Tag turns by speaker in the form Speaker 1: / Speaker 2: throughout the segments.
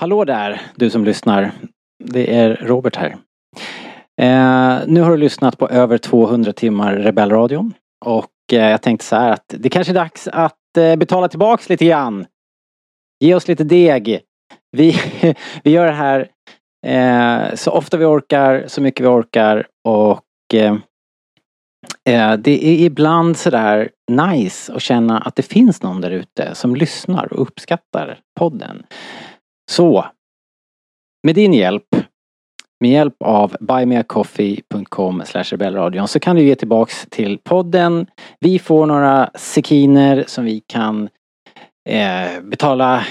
Speaker 1: Hallå där, du som lyssnar. Det är Robert här. Eh, nu har du lyssnat på över 200 timmar Rebellradion. Och eh, jag tänkte så här att det kanske är dags att eh, betala tillbaks lite grann. Ge oss lite deg. Vi, vi gör det här eh, så ofta vi orkar, så mycket vi orkar och eh, eh, det är ibland sådär nice att känna att det finns någon där ute som lyssnar och uppskattar podden. Så. Med din hjälp, med hjälp av buymeacoffee.com rebellradion så kan du ge tillbaks till podden. Vi får några sekiner som vi kan eh, betala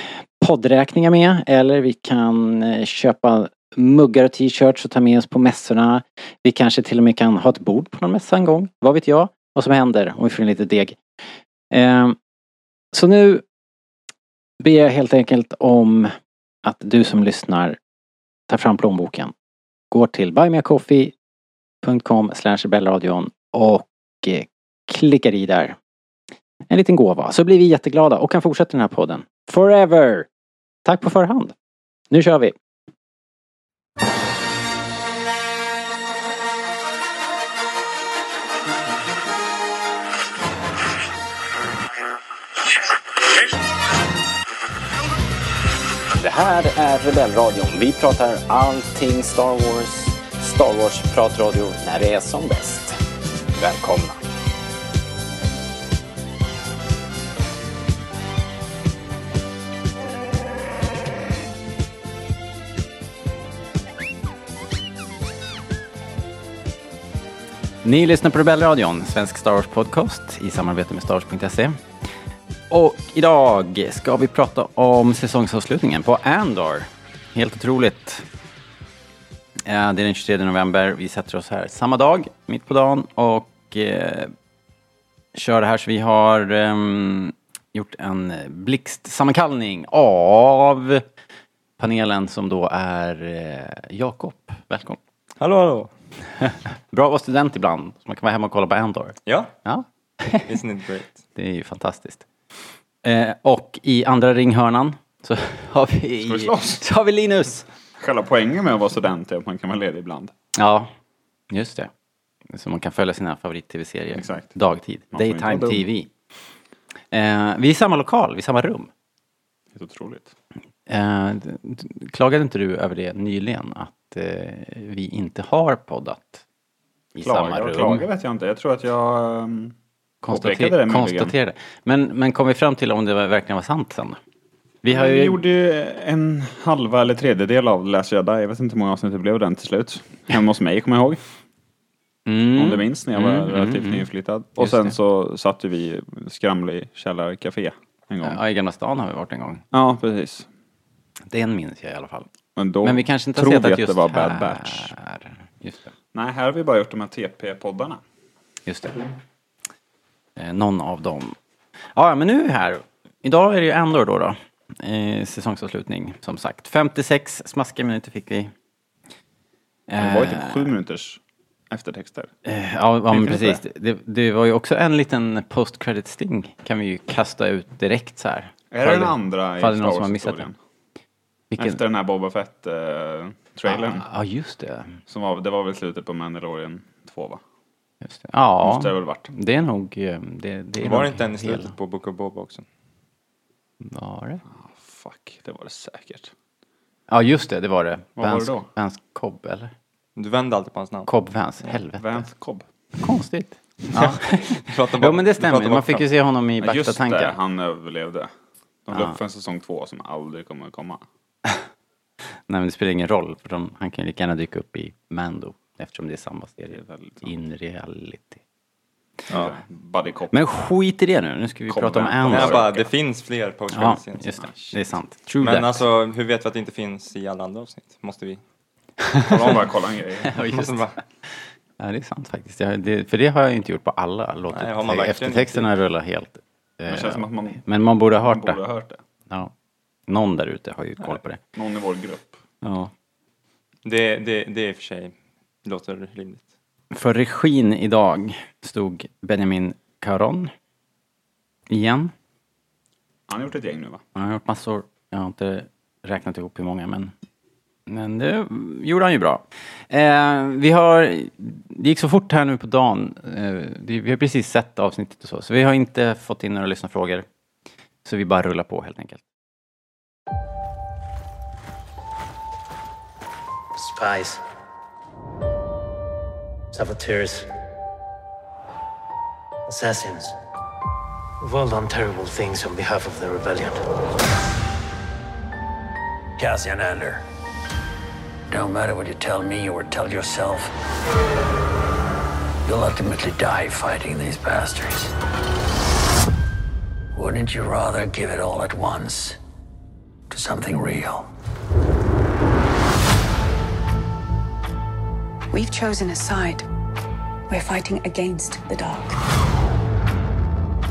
Speaker 1: poddräkningar med eller vi kan eh, köpa muggar och t-shirts och ta med oss på mässorna. Vi kanske till och med kan ha ett bord på någon mässa en gång. Vad vet jag? Vad som händer om vi får in lite deg. Eh, så nu ber jag helt enkelt om att du som lyssnar tar fram plånboken, går till buymeacoffee.com bellradion och eh, klickar i där. En liten gåva, så blir vi jätteglada och kan fortsätta den här podden. Forever! Tack på förhand! Nu kör vi! Det här är Rebellradion. Vi pratar allting Star Wars. Star Wars-pratradio när det är som bäst. Välkomna! Ni lyssnar på Rebellradion, svensk Star Wars-podcast i samarbete med starwars.se. Och idag ska vi prata om säsongsavslutningen på Andor. Helt otroligt. Eh, Det är den 23 november. Vi sätter oss här samma dag, mitt på dagen, och eh, kör det här. Så vi har ehm, gjort en blixtsammankallning av panelen som då är eh, Jakob. Välkommen.
Speaker 2: Hallå, hallå.
Speaker 1: Bra att vara student ibland, så man kan vara hemma och kolla på Andor.
Speaker 2: Ja,
Speaker 1: Ja,
Speaker 2: isn't it great?
Speaker 1: Det är ju fantastiskt. Eh, och i andra ringhörnan så har vi,
Speaker 3: vi slåss?
Speaker 1: så har vi Linus.
Speaker 3: Själva poängen med att vara student är att man kan vara ledig ibland.
Speaker 1: Ja, just det. Så man kan följa sina favorit-tv-serier
Speaker 3: Exakt.
Speaker 1: dagtid.
Speaker 3: Man får inte
Speaker 1: Daytime
Speaker 3: vara dum.
Speaker 1: TV. Eh, vi är i samma lokal, vi är i samma rum.
Speaker 3: Helt otroligt.
Speaker 1: Eh, d- d- klagade inte du över det nyligen? Att eh, vi inte har poddat i samma
Speaker 3: Klaga
Speaker 1: rum?
Speaker 3: och klaga vet jag inte. Jag tror att jag um, påpekade det
Speaker 1: Konstater-
Speaker 3: möjligen.
Speaker 1: konstaterade. Men, men kom vi fram till om det var- verkligen var sant sen? Vi har
Speaker 3: Vi
Speaker 1: ju
Speaker 3: gjorde ju en halva eller tredjedel av The Last Jedi. Jag vet inte hur många avsnitt det blev den till slut. Hemma hos mig kommer jag ihåg.
Speaker 1: Mm.
Speaker 3: Om du minns när jag var
Speaker 1: Mm,
Speaker 3: relativt
Speaker 1: mm, mm.
Speaker 3: nyinflyttad. Och
Speaker 1: Just
Speaker 3: sen
Speaker 1: det.
Speaker 3: så satt ju vi i skramlig källarkafé en gång. Ja,
Speaker 1: Ja, i Gamla stan har vi varit en gång.
Speaker 3: precis.
Speaker 1: Den minns jag i alla fall.
Speaker 3: Men då
Speaker 1: Men vi kanske inte har
Speaker 3: trodde
Speaker 1: sett att
Speaker 3: vi att
Speaker 1: just
Speaker 3: det var
Speaker 1: här...
Speaker 3: Bad Batch.
Speaker 1: Just det.
Speaker 3: Nej, här har vi bara gjort de här TP-poddarna.
Speaker 1: Just det. Eh, någon av dem. Ja, men nu är vi här. Idag är det ju Andor då. då. Eh, säsongsavslutning, som sagt. 56 smaskiga minuter fick vi.
Speaker 3: Det var ju typ sju minuters eftertexter.
Speaker 1: Eh, Ja, ja men
Speaker 3: Tänkte du
Speaker 1: precis.
Speaker 3: på
Speaker 1: Det, det var ju också en liten post credit sting kan vi ju kasta ut direkt så här.
Speaker 3: Är det den andra i
Speaker 1: fall det är
Speaker 3: Star
Speaker 1: någon som har missat
Speaker 3: Wars-historien?
Speaker 1: den. Vilken? Ah.
Speaker 3: Efter den här Boba Fett-trailern.
Speaker 1: Ja, just det.
Speaker 3: som var, det var väl slutet på Mandalorian 2 va?
Speaker 1: Just det. Ja.
Speaker 3: Måste det väl varit.
Speaker 1: Det är nog... eh, Det, det är
Speaker 2: Var
Speaker 1: nog
Speaker 2: det inte en i
Speaker 1: fel.
Speaker 2: slutet på Book of Boba också?
Speaker 1: Var det?
Speaker 3: Fuck, det var det säkert.
Speaker 1: Ja, just det, det var det.
Speaker 3: Vad var
Speaker 1: Vans-
Speaker 3: det då?
Speaker 1: Vans Cobb, eller?
Speaker 2: Du vände alltid på hans namn.
Speaker 1: Cobb Vans, helvete.
Speaker 3: Vance Cobb.
Speaker 1: Konstigt. Ja.
Speaker 2: Prata
Speaker 1: jo, men det
Speaker 2: du pratar
Speaker 1: stämmer. Man
Speaker 2: bak-
Speaker 1: fick ju se honom i
Speaker 3: Ja,
Speaker 1: Bakta
Speaker 3: just det,
Speaker 1: tankar. Ah.
Speaker 3: han överlevde. De
Speaker 1: Ja.
Speaker 3: löpte för en säsong 2 som aldrig kommer att komma.
Speaker 1: Nej, men det spelar ingen roll, för de, han kan ju lika gärna dyka upp i Mando, eftersom det är samma serie.
Speaker 3: Det är väldigt sant.
Speaker 1: In reality.
Speaker 3: Ja. Buddy Cop.
Speaker 1: Men skit i det nu, nu ska vi
Speaker 3: Cobb
Speaker 1: prata om
Speaker 3: Vance.
Speaker 1: Andor.
Speaker 2: Nej, bara, det finns fler post
Speaker 1: Ja,
Speaker 2: credits scenes.
Speaker 1: just det. Det är sant. True
Speaker 2: Men
Speaker 1: that.
Speaker 2: alltså, hur vet vi att det inte finns i alla andra avsnitt? Måste vi?
Speaker 3: Kolla om bara kolla en grej.
Speaker 1: Ja, just
Speaker 2: Måste
Speaker 1: det.
Speaker 2: bara,
Speaker 1: Ja, det är sant faktiskt. Jag, det, för det har jag ju inte gjort på alla. Låtit
Speaker 2: Nej, har man verkligen
Speaker 1: eftertexterna rulla helt.
Speaker 3: Det
Speaker 1: Eh,
Speaker 3: känns som att man
Speaker 1: Men man borde ha hört
Speaker 3: borde ha
Speaker 1: det.
Speaker 3: hört det.
Speaker 1: Ja. Någon där ute har ju koll på det.
Speaker 3: Någon i vår grupp.
Speaker 1: Ja.
Speaker 2: det, det, det är i och för sig, låter rimligt.
Speaker 1: För regin idag stod Benjamin Caron. Igen.
Speaker 3: Han har gjort ett gäng nu va?
Speaker 1: Han har gjort massor. Jag har inte räknat ihop hur många, men, men det gjorde han ju bra. Eh, vi har, det gick så fort här nu på dagen. Eh, det, vi har precis sett avsnittet och så, så vi har inte fått in några lyssnarfrågor. Så vi bara rullar på helt enkelt.
Speaker 4: spies, saboteurs, assassins. We've all done terrible things on behalf of the rebellion.
Speaker 5: Cassian Andor. No matter what you tell me or tell yourself, you'll ultimately die fighting these bastards. Wouldn't you rather give it all at once to something real?
Speaker 6: We've chosen a side. We're fighting against the dark.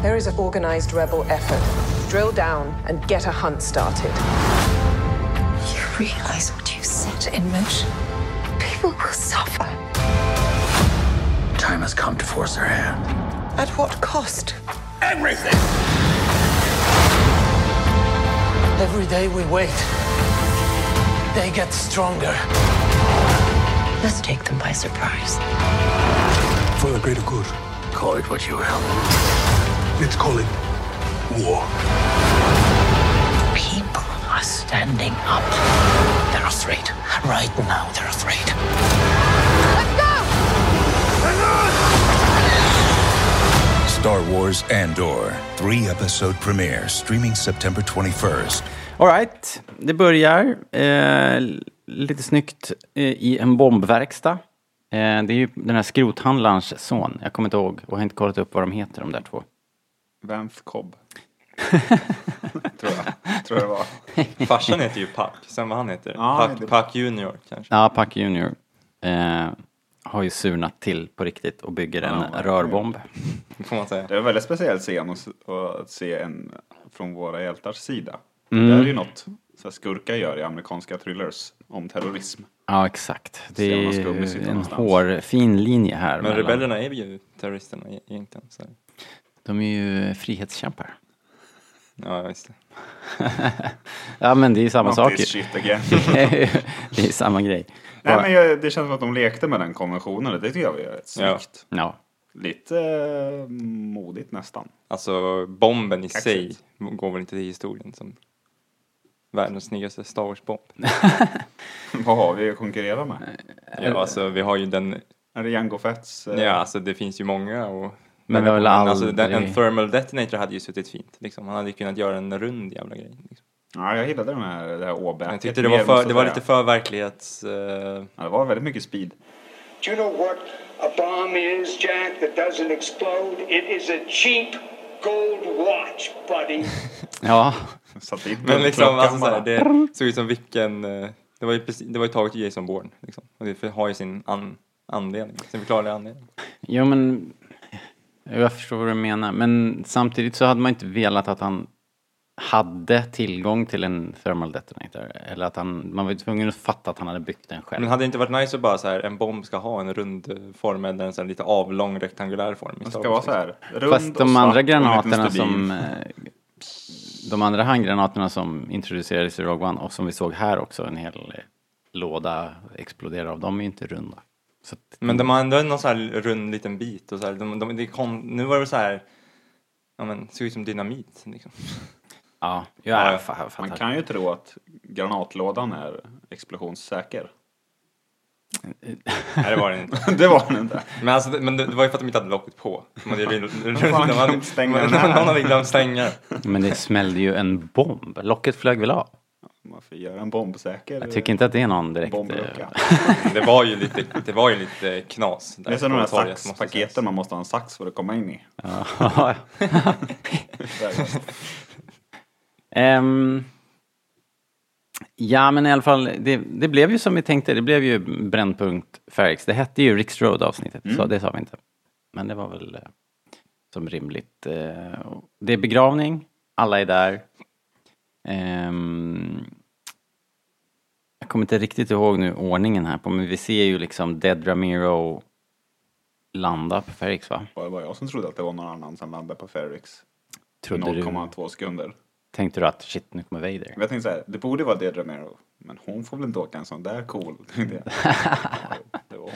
Speaker 7: There is an organized rebel effort. Drill down and get a hunt started.
Speaker 8: You realize what you set in motion? People will suffer.
Speaker 5: Time has come to force their hand.
Speaker 7: At what cost?
Speaker 5: Everything!
Speaker 4: Every day we wait, they get stronger.
Speaker 8: Let's take them by surprise.
Speaker 9: for the greater good.
Speaker 5: Call it what you will.
Speaker 9: Let's call it war.
Speaker 8: People are standing up.
Speaker 5: They're afraid.
Speaker 8: Right now, they're afraid.
Speaker 10: Star Wars Andor, three episode premiere streaming September 21st.
Speaker 1: Alright, det börjar eh, lite snyggt eh, i en bombverkstad. Eh, det är ju den här skrothandlarens son, jag kommer inte ihåg och har inte kollat upp vad de heter de där två.
Speaker 3: Vanth Cobb. tror, jag. tror jag det var.
Speaker 2: Farsan heter ju Pack, sen vad han heter.
Speaker 3: Ja,
Speaker 2: Pack,
Speaker 3: det-
Speaker 2: Pack Junior kanske.
Speaker 1: Ja, Pack Junior eh, har ju surnat till på riktigt och bygger en rörbomb.
Speaker 2: Får man säga.
Speaker 3: Det är en väldigt speciell scen att, s- att se en från våra hjältars sida.
Speaker 2: Mm.
Speaker 3: Det är ju något så här skurkar gör i amerikanska thrillers om terrorism.
Speaker 1: Ja, exakt. Det
Speaker 3: Se om
Speaker 1: är
Speaker 3: de ska umgås
Speaker 1: ju
Speaker 3: lite
Speaker 1: en
Speaker 3: någonstans.
Speaker 1: hårfin linje här.
Speaker 2: Men
Speaker 1: mellan-
Speaker 2: rebellerna är ju terroristerna e- egentligen. Så.
Speaker 1: De är ju frihetskämpar.
Speaker 2: Ja, just det.
Speaker 1: ja, men det är ju samma
Speaker 3: Not
Speaker 1: sak.
Speaker 3: this
Speaker 1: ju.
Speaker 3: shit again.
Speaker 1: det är samma grej.
Speaker 3: Nej,
Speaker 1: Bara-
Speaker 3: men jag, det känns som att de lekte med den konventionen. Det tycker jag var rätt
Speaker 2: Ja.
Speaker 3: snyggt.
Speaker 1: Ja.
Speaker 3: Lite eh, modigt nästan.
Speaker 2: Alltså bomben i sig
Speaker 3: Kaxigt.
Speaker 2: går väl inte till historien som världens snyggaste Star Wars-bomb.
Speaker 3: Vad har vi att konkurrera med?
Speaker 2: Ja, alltså vi har ju den,
Speaker 3: Är det Jango Fetts? eh,
Speaker 2: ja alltså det finns ju många och
Speaker 1: Men vi har väl
Speaker 2: alltså, den,
Speaker 1: aldrig-
Speaker 2: en thermal detonator hade ju suttit fint liksom. Han hade ju kunnat göra en rund jävla grej. Liksom.
Speaker 3: Ja, jag gillade den här, det här åbäket.
Speaker 2: Jag tyckte det
Speaker 3: mer,
Speaker 2: var, för,
Speaker 3: måste
Speaker 2: det var
Speaker 3: jag
Speaker 2: lite
Speaker 3: säga.
Speaker 2: för verklighets... eh,
Speaker 3: Ja, det var väldigt mycket speed.
Speaker 11: Do you know what a bomb is, Jack, that doesn't explode? It is a cheap gold watch, buddy.
Speaker 1: Ja,
Speaker 3: Satte in
Speaker 2: men liksom,
Speaker 3: klockan
Speaker 2: alltså,
Speaker 3: bara.
Speaker 2: såhär, det såg ut som vilken... eh, det var ju, precis, det var ju taget ur Jason Bourne liksom. Och det har ju sin an, anledning, sin förklarliga anledning.
Speaker 1: jo men... Jag förstår vad du menar. Men samtidigt så hade man inte velat att han hade tillgång till en thermal detonator. Eller att han... Man var ju tvungen att fatta att han hade byggt den själv.
Speaker 2: Men hade det inte varit nice att bara så här, en bomb ska ha en rund eh, form eller en så här, lite avlång rektangulär form? i
Speaker 3: Den
Speaker 2: Star
Speaker 3: ska
Speaker 2: Wars,
Speaker 3: vara så här rund
Speaker 1: Fast
Speaker 3: och
Speaker 1: de
Speaker 3: svart
Speaker 1: andra
Speaker 3: och en liten
Speaker 1: granaterna
Speaker 3: stubin.
Speaker 1: som... eh, De andra handgranaterna som introducerades i Rogue One och som vi såg här också, en hel eh, låda explodera av, de är ju inte runda. Så att,
Speaker 2: Men de har ändå någon så här rund liten bit och så här, de, de, det är kon, nu var det så här, ja men, det såg ut som dynamit liksom.
Speaker 1: ja, ja,
Speaker 2: Ja,
Speaker 1: jag fa- jag fattar.
Speaker 3: Man kan ju tro att granatlådan är explosionssäker.
Speaker 2: Nej det var det inte.
Speaker 3: det var den inte.
Speaker 2: Men, alltså, det- men det, det var ju för att de inte hade locket på. De hade, ju- de
Speaker 3: fan,
Speaker 2: hade-
Speaker 3: glömt stänga
Speaker 2: men-
Speaker 3: den här.
Speaker 2: Någon hade glömt stänga den.
Speaker 1: Men det smällde ju en bomb. Locket flög väl av.
Speaker 3: Man får göra en bombsäker
Speaker 1: Jag tycker inte att det är någon direkt...
Speaker 3: bomblucka.
Speaker 1: eh,
Speaker 2: Det var ju lite, det var ju lite knas. Där
Speaker 3: Det är som de
Speaker 2: på
Speaker 3: här
Speaker 2: torget, måste
Speaker 3: saxpaketen
Speaker 2: sägas.
Speaker 3: man måste ha en sax för att komma in i.
Speaker 1: eh, ja. Ehm, ja, men i alla fall, det, det blev ju som vi tänkte. Det blev ju Brännpunkt Ferrix. Det hette ju Riks Road avsnittet, så det sa vi inte. Men det var väl eh, som rimligt. Eh, och det är begravning, alla är där. Ehm, jag kommer inte riktigt ihåg nu ordningen här på, men vi ser ju liksom Dead Ramiro landa på Ferrix, va?
Speaker 3: Var det bara jag som trodde att det var någon annan som landade på Ferrix?
Speaker 1: Trodde du?
Speaker 3: 0,2 sekunder.
Speaker 1: Tänkte du att shit, nu kommer Vader?
Speaker 3: Jag tänkte så här, det borde vara Deirdre Mero, men hon får väl inte åka en sån där cool. tänkte jag. det var hon.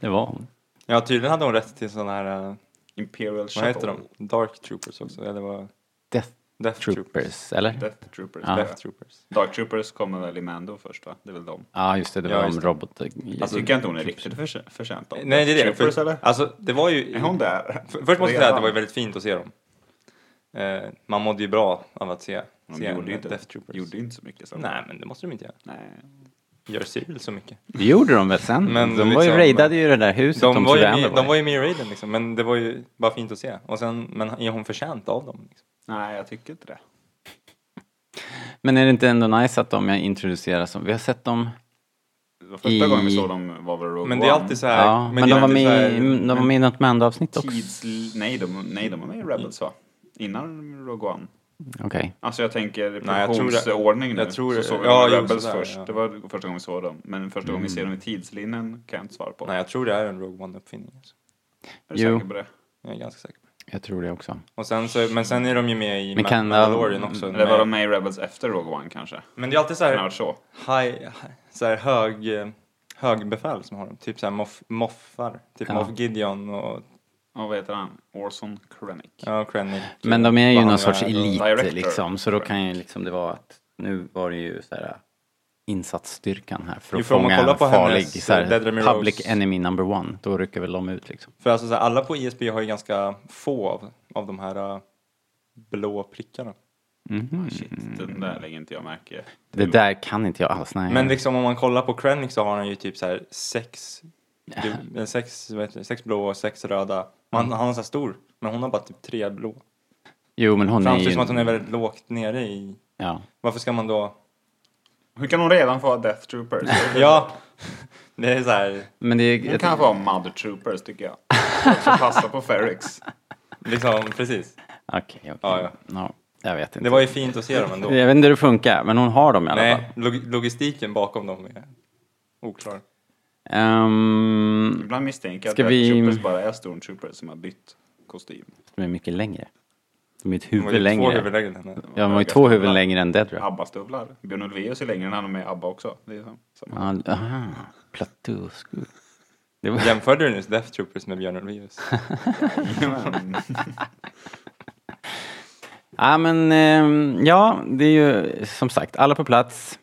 Speaker 1: Det var hon.
Speaker 2: Ja, tydligen hade hon rätt till sådana här... eh,
Speaker 3: Imperial
Speaker 2: vad heter
Speaker 3: Shuttle.
Speaker 2: de? Dark Troopers också, eller vad?
Speaker 1: Death,
Speaker 2: Death
Speaker 1: troopers, eller?
Speaker 3: Death Troopers.
Speaker 1: Ja.
Speaker 3: Death
Speaker 2: Death
Speaker 3: Troopers.
Speaker 2: Troopers.
Speaker 3: Dark Troopers kommer väl i Mando först va? Det är väl de?
Speaker 1: Ja, just det. Det
Speaker 2: Ja,
Speaker 1: var
Speaker 2: just
Speaker 1: om
Speaker 2: det.
Speaker 1: robot...
Speaker 3: Alltså tycker jag inte hon är riktigt för- förtjänt av.
Speaker 2: typ- Nej, det är det.
Speaker 3: Death Troopers eller?
Speaker 2: För, alltså, det var ju...
Speaker 3: Är hon där?
Speaker 2: F- Först måste jag säga att det var ju
Speaker 3: Redan?
Speaker 2: väldigt fint att se dem. Eh, man mådde ju bra av att se,
Speaker 3: De
Speaker 2: se en
Speaker 3: gjorde ju
Speaker 2: Death
Speaker 3: inte,
Speaker 2: Troopers.
Speaker 3: gjorde ju inte så mycket sen.
Speaker 2: Nej, men det måste de inte göra.
Speaker 3: Nej.
Speaker 2: Gör Cyril så mycket.
Speaker 1: Det gjorde de väl sen?
Speaker 2: Men
Speaker 1: de var ju
Speaker 2: liksom-
Speaker 1: raidade ju det där huset
Speaker 2: De var, ju
Speaker 1: Surrender
Speaker 2: med, de var ju med i raiden liksom, men det var ju bara fint att se. Och sen, men är hon förtjänt av dem? Liksom?
Speaker 3: Nej, jag tycker inte det.
Speaker 1: Men är det inte ändå nice att de jag introducerar som... Vi har sett dem...
Speaker 3: Det var Första
Speaker 1: I-
Speaker 3: gången vi såg dem var väl Rogue
Speaker 2: Men det är
Speaker 3: One.
Speaker 2: alltid så här...
Speaker 1: ja, men,
Speaker 2: det är
Speaker 1: de, var
Speaker 2: alltid
Speaker 1: med,
Speaker 2: så här-
Speaker 1: i- de var med i något Mando-avsnitt också.
Speaker 3: Tids... Nej, de, nej, de var med i Rebels va? Innan Rogue One.
Speaker 1: Okej.
Speaker 3: Alltså jag tänker
Speaker 2: Nej, jag tror det-
Speaker 3: produktionsordning nu.
Speaker 2: jag tror det-
Speaker 3: så såg vi
Speaker 2: ja,
Speaker 3: dem i
Speaker 2: jo,
Speaker 3: Rebels
Speaker 2: sådär,
Speaker 3: först.
Speaker 2: ja. Mm.
Speaker 3: Det var första gången vi såg dem. Men första gången vi ser dem i tidslinjen kan jag inte svara på.
Speaker 2: Nej, jag tror det är en Rogue One-uppfinning. Alltså.
Speaker 3: Är du
Speaker 1: Jo.
Speaker 3: säker på det?
Speaker 2: Jag är ganska säker. på det.
Speaker 1: Jag tror det också.
Speaker 2: Och sen så, men sen är de ju med i
Speaker 1: Men kan-
Speaker 2: Mandalorian också.
Speaker 3: Mm. Eller var
Speaker 2: med-
Speaker 3: de med i Rebels efter Rogue One kanske?
Speaker 2: Men det är alltid så
Speaker 3: Kan
Speaker 2: här...
Speaker 3: det ha varit så?
Speaker 2: high, high- så här hög, eh, högbefäl som har dem. Typ så här moff, moffar. Typ
Speaker 1: Ja.
Speaker 2: Moff Gideon och
Speaker 3: Ja, vad heter han? Orson Krennic.
Speaker 2: ja, Krennic.
Speaker 1: Men de är ju
Speaker 2: Vad
Speaker 1: någon
Speaker 2: han
Speaker 1: sorts
Speaker 2: är.
Speaker 1: elit
Speaker 3: director.
Speaker 1: liksom, så då kan ju liksom det vara att nu var det ju så här äh, insatsstyrkan här för att
Speaker 2: Ifrån man
Speaker 1: fånga
Speaker 2: kollar
Speaker 1: en
Speaker 2: på
Speaker 1: farlig,
Speaker 2: hennes,
Speaker 1: så
Speaker 2: eh,
Speaker 1: här,
Speaker 2: Dead Remiros-
Speaker 1: public enemy number one, då rycker väl de ut liksom.
Speaker 2: För alltså så här, alla på ISB har ju ganska få av, av de här eh, blå prickarna.
Speaker 3: Ah, Shit, den där lägger inte jag märke
Speaker 1: Mm. Det där kan inte jag alls, nej.
Speaker 2: Mm. Men liksom om man kollar på Krennic så har han ju typ så här sex, du- eh, sex, vad heter det, sex blå och sex röda. Han,
Speaker 1: Mm.
Speaker 2: han är så här stor, men hon har bara typ tre blå.
Speaker 1: jo, men hon är
Speaker 2: Framstår
Speaker 1: ju...
Speaker 2: som att hon är väldigt lågt nere i...
Speaker 1: Ja.
Speaker 2: Varför ska man då...
Speaker 3: Hur kan hon redan få ha Death Troopers?
Speaker 2: Ja, det är så här...
Speaker 1: Men det är...
Speaker 3: Hon kan få ha Mother Troopers tycker jag. Som passar på Ferrix.
Speaker 2: Liksom, precis.
Speaker 1: Okej, okej.
Speaker 2: Ja, ja.
Speaker 1: Ja, jag vet inte.
Speaker 2: Det var ju fint att se dem ändå.
Speaker 1: Jag vet inte hur det funkar, men hon har dem i alla fall.
Speaker 2: Nej, log- logistiken bakom dem är oklar.
Speaker 1: Ehm,
Speaker 3: Ibland misstänker jag att
Speaker 1: Ska
Speaker 3: Death
Speaker 1: vi-
Speaker 3: Troopers bara är Stormtroopers som har bytt kostym.
Speaker 1: de är mycket längre. De är ett
Speaker 2: De
Speaker 1: huvud
Speaker 2: var ju Två
Speaker 1: längre.
Speaker 2: huvudlängder än henne.
Speaker 1: Ja, de var ju två huvuden längre än Deadra.
Speaker 3: ABBA-stövlar. Björn Ulvaeus är längre än han är med i ABBA också. Det är som,
Speaker 1: Ja, l- Aha, platåskor. Det var,
Speaker 2: Jämförde du nyss Death Troopers med Björn Ulvaeus?
Speaker 1: ja, men ehm, ja, det är ju som sagt alla på plats.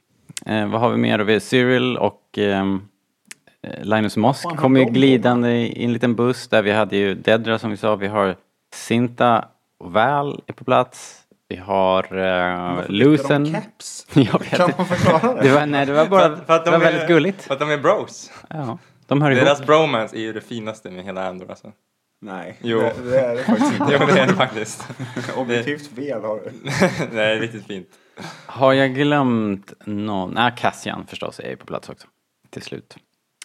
Speaker 1: Eh, vad har vi mer? då? Vi har Cyril och ehm, eh, Linus Mosk
Speaker 3: Fan,
Speaker 1: kommer ju
Speaker 3: de på.
Speaker 1: glidande i en liten buss där vi hade ju Dedra som vi sa. Vi har Sinta och Val är på plats. Vi har eh,
Speaker 3: De
Speaker 1: Lucen.
Speaker 3: caps.
Speaker 1: Jag vet
Speaker 3: Kan
Speaker 1: inte.
Speaker 3: man förklara
Speaker 1: Det
Speaker 3: det?
Speaker 1: var, nej, det var bara
Speaker 2: För att
Speaker 1: det
Speaker 2: de
Speaker 1: var
Speaker 2: är-
Speaker 1: väldigt gulligt.
Speaker 2: För att de är bros.
Speaker 1: Ja, de hör ihop.
Speaker 2: Deras bromance är ju det finaste med hela Andor alltså.
Speaker 3: Nej,
Speaker 2: Jo.
Speaker 3: Det, det är det faktiskt inte.
Speaker 2: Jo, det är det faktiskt.
Speaker 3: Objektivt fel har du.
Speaker 2: Nej, det är riktigt fint.
Speaker 1: Har jag glömt någon? Nej, Cassian förstås är ju på plats också. Till slut.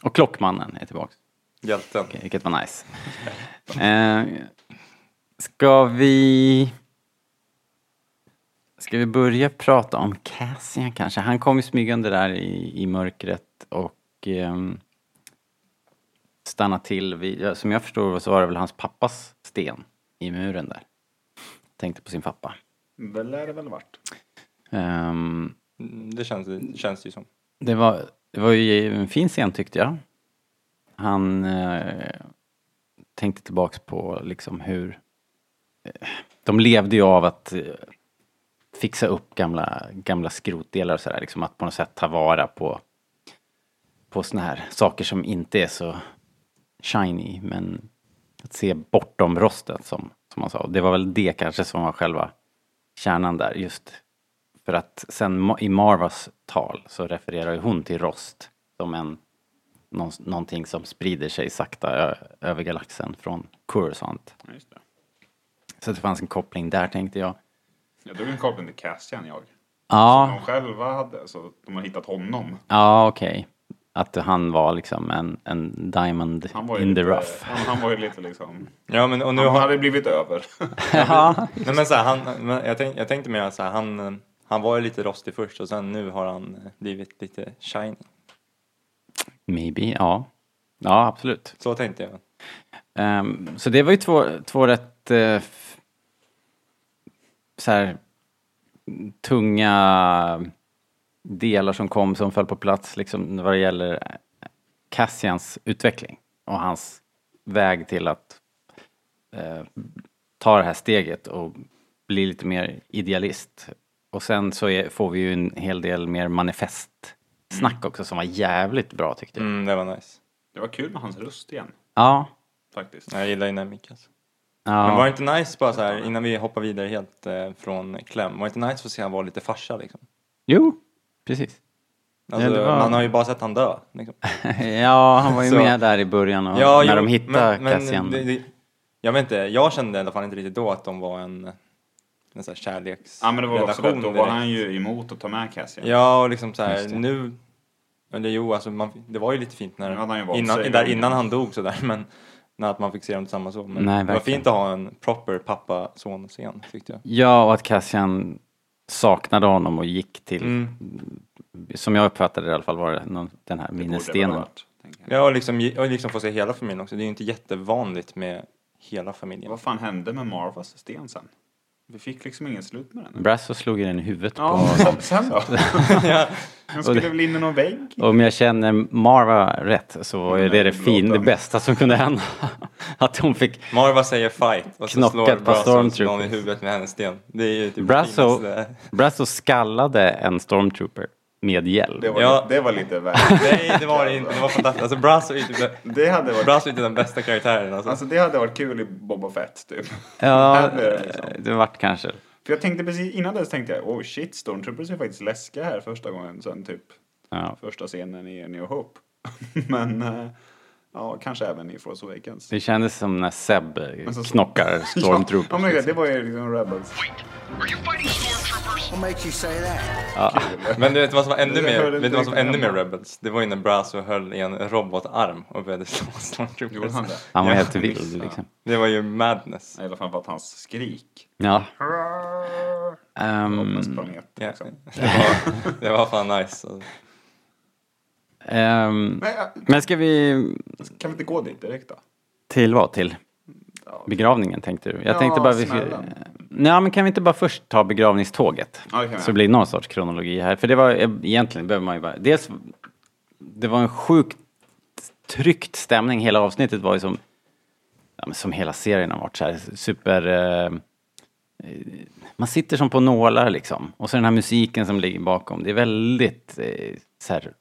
Speaker 1: Och Klockmannen är tillbaka.
Speaker 2: Hjälten.
Speaker 1: Vilket var nice. Eh, ska vi... Ska vi börja prata om Cassian kanske? Han kom ju smygande där i, i mörkret och ehm, stannade till vid, ja, som jag förstår så var det väl hans pappas sten i muren där. Tänkte på sin pappa.
Speaker 3: Det lär det väl varit.
Speaker 1: Ehm,
Speaker 2: Mm, Det känns, det känns ju som.
Speaker 1: Det var, det var ju en fin scen tyckte jag. Han eh, tänkte tillbaks på liksom hur... eh, De levde ju av att eh, fixa upp gamla, gamla skrotdelar och sådär. Liksom att på något sätt ta vara på, på såna här saker som inte är så shiny. Men att se bortom rostet som, som man sa. Och det var väl det kanske som var själva kärnan där. Just för att sen Ma- i Marvas tal så refererar ju hon till rost som en någon, någonting som sprider sig sakta ö, över galaxen från Coruscant.
Speaker 3: Ja, just det.
Speaker 1: Så det fanns en koppling där tänkte jag.
Speaker 3: Jag drog en koppling till Cassian jag.
Speaker 1: Ja,
Speaker 3: De själva hade, så de har hittat honom.
Speaker 1: ja okej. Att han var liksom en, en diamond
Speaker 3: Han var ju
Speaker 1: in the
Speaker 3: lite,
Speaker 1: rough.
Speaker 3: Han, han var ju lite liksom,
Speaker 2: Ja, men och nu
Speaker 3: han
Speaker 2: har...
Speaker 3: hade blivit över.
Speaker 1: Ja,
Speaker 2: Nej, men så här, han, men jag, tänk, jag tänkte mer så här, han, eh, han var ju lite rostig först och sen nu har han eh, blivit lite shiny.
Speaker 1: maybe, ja. Ja, absolut.
Speaker 2: Så tänkte jag.
Speaker 1: Ehm, så det var ju två, två rätt eh, f- så här, tunga delar som kom som föll på plats liksom, vad det gäller Cassians utveckling och hans väg till att eh, ta det här steget och bli lite mer idealist. Och sen så är, får vi ju en hel del mer manifestsnack också som var jävligt bra tyckte jag.
Speaker 2: Mm, det var nice.
Speaker 3: Det var kul med hans röst igen.
Speaker 1: Ja.
Speaker 3: Faktiskt.
Speaker 2: Jag gillar ju den micken. Alltså.
Speaker 1: Ja.
Speaker 2: Men var det inte nice bara så här innan vi hoppar vidare helt eh, från Clem, var det inte nice att se han vara lite farsa liksom?
Speaker 1: Jo, precis.
Speaker 2: Alltså,
Speaker 1: Ja, det var-
Speaker 2: Man har ju bara sett han dö. Liksom.
Speaker 1: ja, han var ju
Speaker 2: Så-
Speaker 1: med där i början och
Speaker 2: Ja,
Speaker 1: när
Speaker 2: jo,
Speaker 1: de hittade
Speaker 2: men- men
Speaker 1: Cassian.
Speaker 2: det- det- Jag vet inte, jag kände i alla fall inte riktigt då att de var en, en så här kärleks...
Speaker 3: Ja men det var också
Speaker 2: relation
Speaker 3: det, då var
Speaker 2: direkt.
Speaker 3: han ju emot att ta med Cassian.
Speaker 2: Ja, och liksom så här,
Speaker 3: Just det.
Speaker 2: nu... Eller jo, alltså man, det var ju lite fint
Speaker 3: Nu hade han ju
Speaker 2: när,
Speaker 3: valt sig
Speaker 2: innan, där,
Speaker 3: gången.
Speaker 2: innan han dog sådär, men när att man fick se dem tillsammans så. Men
Speaker 1: Nej,
Speaker 2: det var
Speaker 1: verkligen.
Speaker 2: fint att ha en proper pappa-son-scen, tyckte jag.
Speaker 1: Ja, och att Cassian saknade honom och gick till,
Speaker 2: Mm.
Speaker 1: som jag uppfattade det i alla fall, var det någon, den här minnesstenen.
Speaker 2: Ja, och liksom, och liksom få se hela familjen också. Det är ju inte jättevanligt med hela familjen.
Speaker 3: Vad fan hände med Marvas sten sen? Vi fick liksom ingen slut med den.
Speaker 1: Brasso slog ju den i huvudet
Speaker 3: Ja,
Speaker 1: på...
Speaker 3: sen, sen då? Han skulle
Speaker 1: Och det-
Speaker 3: väl in i någon vägg?
Speaker 1: Om jag känner Marva rätt så var ju det det, fin, det bästa som kunde hända. Att hon fick...
Speaker 2: Marva säger fight och så
Speaker 1: Knockat
Speaker 2: slår
Speaker 1: på
Speaker 2: Brazos
Speaker 1: Stormtroopers.
Speaker 2: någon i huvudet med hennes sten. Det är ju typ
Speaker 1: Brasso,
Speaker 2: finaste-
Speaker 1: Brasso skallade en stormtrooper med hjälm.
Speaker 3: Det var,
Speaker 2: Ja.
Speaker 3: det var lite väl.
Speaker 2: Nej, det var det inte. Det var fantastiskt. Alltså Brasso är ju typ den-
Speaker 3: Det hade varit...
Speaker 2: Brasso är typ den bästa karaktären. Alltså.
Speaker 3: Alltså det hade varit kul i Boba Fett typ.
Speaker 1: Ja,
Speaker 3: Här blir det liksom.
Speaker 1: det vart kanske.
Speaker 3: För jag tänkte precis innan dess tänkte jag, oh shit, Stormtroopers är faktiskt läskiga här första gången sen typ
Speaker 1: Ja.
Speaker 3: första scenen i A New Hope. Men eh, ja, kanske även i Force Awakens.
Speaker 1: Det kändes som när Seb eh,
Speaker 3: Men så-
Speaker 1: knockar
Speaker 3: Ja,
Speaker 1: stormtroopers.
Speaker 3: oh my God, det var ju liksom Rebels.
Speaker 5: What makes you say that?
Speaker 1: Ja.
Speaker 2: Men du vet vad som var ännu
Speaker 3: Det
Speaker 2: mer,
Speaker 3: hörde inte
Speaker 2: vet du vad som var ännu
Speaker 3: riktigt
Speaker 2: mer
Speaker 3: hemma.
Speaker 2: Rebels? Det var ju när Brasso höll i en robotarm och började slå Stormtroopers.
Speaker 3: Gjorde han det?
Speaker 1: Han var
Speaker 2: Ja.
Speaker 1: helt vild liksom.
Speaker 2: Det var ju madness.
Speaker 3: I alla fall för att hans skrik.
Speaker 1: Ja.
Speaker 3: Hoppens
Speaker 1: Ehm,
Speaker 3: planet.
Speaker 2: Ja.
Speaker 3: Liksom.
Speaker 2: Det, var, det var fan nice. Alltså.
Speaker 1: ehm,
Speaker 3: Men, ja,
Speaker 1: men ska vi
Speaker 3: kan vi inte gå dit direkt då?
Speaker 1: till vad? Till
Speaker 3: Ja.
Speaker 1: begravningen tänkte du? Jag
Speaker 3: Ja,
Speaker 1: tänkte bara... Vi,
Speaker 3: snälla.
Speaker 1: nej, men kan vi inte bara först ta begravningståget?
Speaker 3: Ja, det kan vi
Speaker 1: Så det
Speaker 3: göra.
Speaker 1: blir någon sorts kronologi här. För det var eh, egentligen behöver man ju bara... Dels, det var en sjukt tryckt stämning. Hela avsnittet var ju som... Ja, men som hela serien har varit så här super... Eh, man sitter som på nålar liksom. Och så den här musiken som ligger bakom. Det är väldigt eh, så här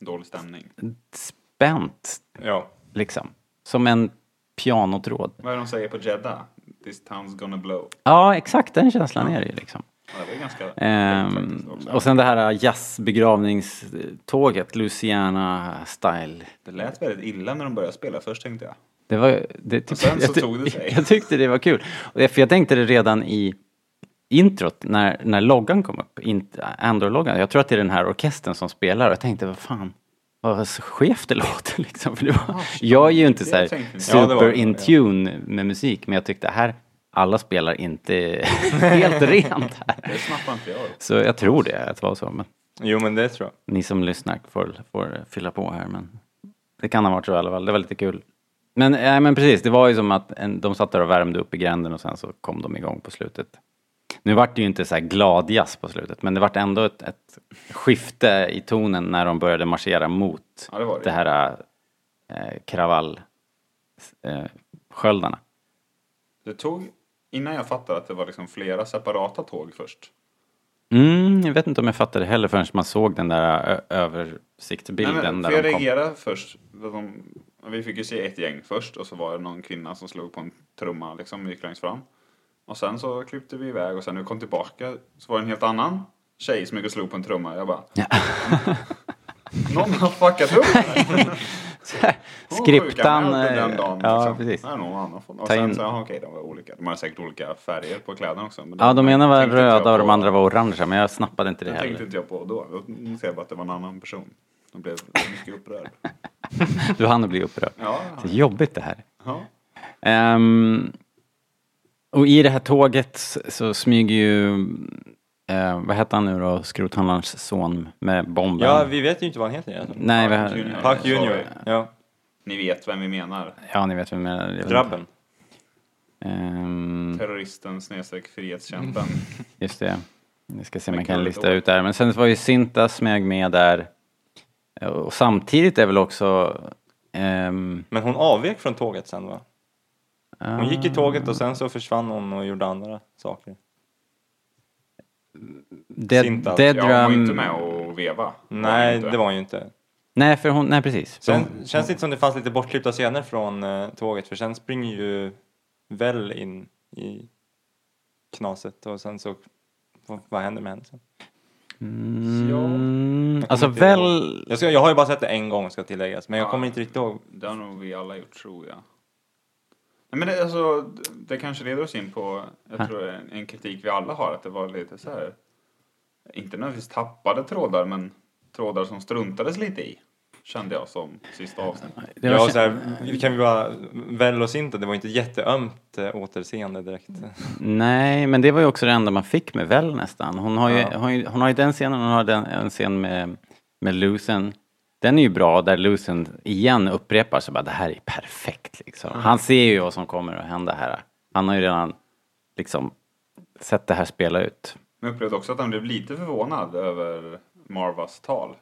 Speaker 3: Dålig stämning.
Speaker 1: Mm. spänt
Speaker 2: Ja.
Speaker 1: liksom. Som en pianotråd.
Speaker 3: Vad är det de säger på Jeddah? This town's gonna blow.
Speaker 1: Ja, exakt den känslan är det ju liksom.
Speaker 3: Ja, det är ganska
Speaker 1: Ehm,
Speaker 3: lätt faktiskt också.
Speaker 1: och sen det här äh, jazzbegravningståget, Louisiana-style.
Speaker 3: Det lät väldigt illa när de började spela först tänkte jag.
Speaker 1: Det var, det tyckte,
Speaker 3: Och sen så
Speaker 1: jag, ty-
Speaker 3: tog det sig.
Speaker 1: jag tyckte det var kul. Och det- För jag tänkte det redan i introt när, när loggan kom upp, int- Andor-loggan. Jag tror att det är den här orkestern som spelar och jag tänkte vad fan, vad skevt det låter liksom. För det var, jag är ju inte
Speaker 3: det
Speaker 1: så här
Speaker 3: tänkte jag.
Speaker 2: Ja, det var-
Speaker 1: super in tune med musik men jag tyckte här, alla spelar inte helt rent här.
Speaker 3: Det snappade inte jag upp.
Speaker 1: Så jag tror det, att det var så. Men
Speaker 2: Jo men det tror jag.
Speaker 1: ni som lyssnar får, får fylla på här men det kan ha varit så i alla fall, det var lite kul. Men, äh, men precis, det var ju som att en, de satt där och värmde upp i gränden och sen så kom de igång på slutet. Nu vart det ju inte så här glad jazz på slutet men det vart ändå ett, ett skifte i tonen när de började marschera mot
Speaker 3: Ja, det var det.
Speaker 1: det här äh, kravall äh, sköldarna.
Speaker 3: Det tog, innan jag fattade att det var liksom flera separata tåg först.
Speaker 1: Mm, jag vet inte om jag fattade heller förrän man såg den där ö- översiktsbilden
Speaker 3: Nej, men,
Speaker 1: där
Speaker 3: för jag
Speaker 1: de kom.
Speaker 3: reagerade först. för De, vi fick ju se ett gäng först och så var det någon kvinna som slog på en trumma liksom och gick längst fram. Och sen så klippte vi iväg och sen när vi kom tillbaka så var det en helt annan tjej som gick och slog på en trumma. Jag bara... "Mm, Någon har fuckat upp här. Hon var sjuk,
Speaker 1: Skriptan...
Speaker 3: anmäld
Speaker 1: eh,
Speaker 3: Den dagen,
Speaker 1: ja,
Speaker 3: liksom.
Speaker 1: precis.
Speaker 3: Det är någon annan fond. Och
Speaker 1: Ta
Speaker 3: sen
Speaker 1: in-
Speaker 3: så, aha, okej, de var olika. De hade säkert olika färger på kläderna också. men
Speaker 1: Ja, de ena var
Speaker 3: tänkte inte jag
Speaker 1: röda och de
Speaker 3: på.
Speaker 1: andra var orangea, men jag snappade inte det
Speaker 3: Det tänkte
Speaker 1: heller.
Speaker 3: inte jag på då. Då ser jag bara att det var en annan person. De blev mycket upprörd.
Speaker 1: Du hann att bli upprörd.
Speaker 3: Ja,
Speaker 1: Så jobbigt det här.
Speaker 3: ja.
Speaker 1: Ehm, och i det här tåget s- så smyger ju, eh, vad heter han nu då, skrothandlarens son med bomben?
Speaker 2: Ja, vi vet ju inte vad han heter egentligen.
Speaker 1: Nej,
Speaker 3: Park
Speaker 1: vad-
Speaker 3: Junior.
Speaker 2: Park
Speaker 3: Sorry.
Speaker 2: Junior. Ja.
Speaker 3: Ni vet vem vi menar.
Speaker 1: ja ni vet vem jag menar. Jag vet inte.
Speaker 2: Grabben.
Speaker 1: Ehm,
Speaker 3: Terroristen snedstreck frihetskämpen.
Speaker 1: Mm. Just det. Vi ska se om
Speaker 3: Men
Speaker 1: jag kan
Speaker 3: kul
Speaker 1: lista
Speaker 3: då.
Speaker 1: ut det här. Men sen var ju Sinta smög med där. Eh, Och samtidigt är väl också... ehm,
Speaker 2: Men hon avvek från tåget sen va? Hon gick i tåget och sen så försvann hon och gjorde andra saker.
Speaker 1: Dead,
Speaker 2: Sinta.
Speaker 1: Dead
Speaker 2: Ja, hon var
Speaker 1: Drum-
Speaker 2: inte med
Speaker 3: och veva.
Speaker 2: Nej, det var hon ju inte.
Speaker 1: Nej, för hon... Nej, precis. Mm, För
Speaker 2: Sen
Speaker 1: hon-
Speaker 2: känns det inte som det fanns lite bortklippta scener från eh, tåget för sen springer ju väl in i knaset och sen så, vad- vad händer med henne sen?
Speaker 1: Mm,
Speaker 2: Jag
Speaker 1: alltså
Speaker 2: kommer inte ihåg.
Speaker 1: väl...
Speaker 2: Jag, ska, jag har ju bara sett det en gång ska tilläggas men jag kommer inte riktigt ihåg.
Speaker 3: Det har nog vi alla gjort tror jag. Nej, men det, alltså, det kanske leder oss in på jag
Speaker 1: Ha.
Speaker 3: tror en, en kritik vi alla har att det var lite så här. Inte nödvändigtvis tappade trådar men trådar som struntades lite i. Kände jag som sista avsnittet.
Speaker 2: Det var ja, så här, kan vi bara, väl oss inte, det var inte jätteömt eh, återseende direkt.
Speaker 1: Nej, men det var ju också det enda man fick med väl nästan. Hon har ju,
Speaker 2: Ja.
Speaker 1: hon, hon har ju den scenen, hon har den, en scen med, med Lucen. Den är ju bra, där Lucen igen upprepar sig bara, det här är perfekt liksom.
Speaker 2: Mm.
Speaker 1: Han ser ju vad som kommer att hända här. Han har ju redan liksom sett det här spela ut.
Speaker 3: Men jag upplevde också att han blev lite förvånad över Marvas tal.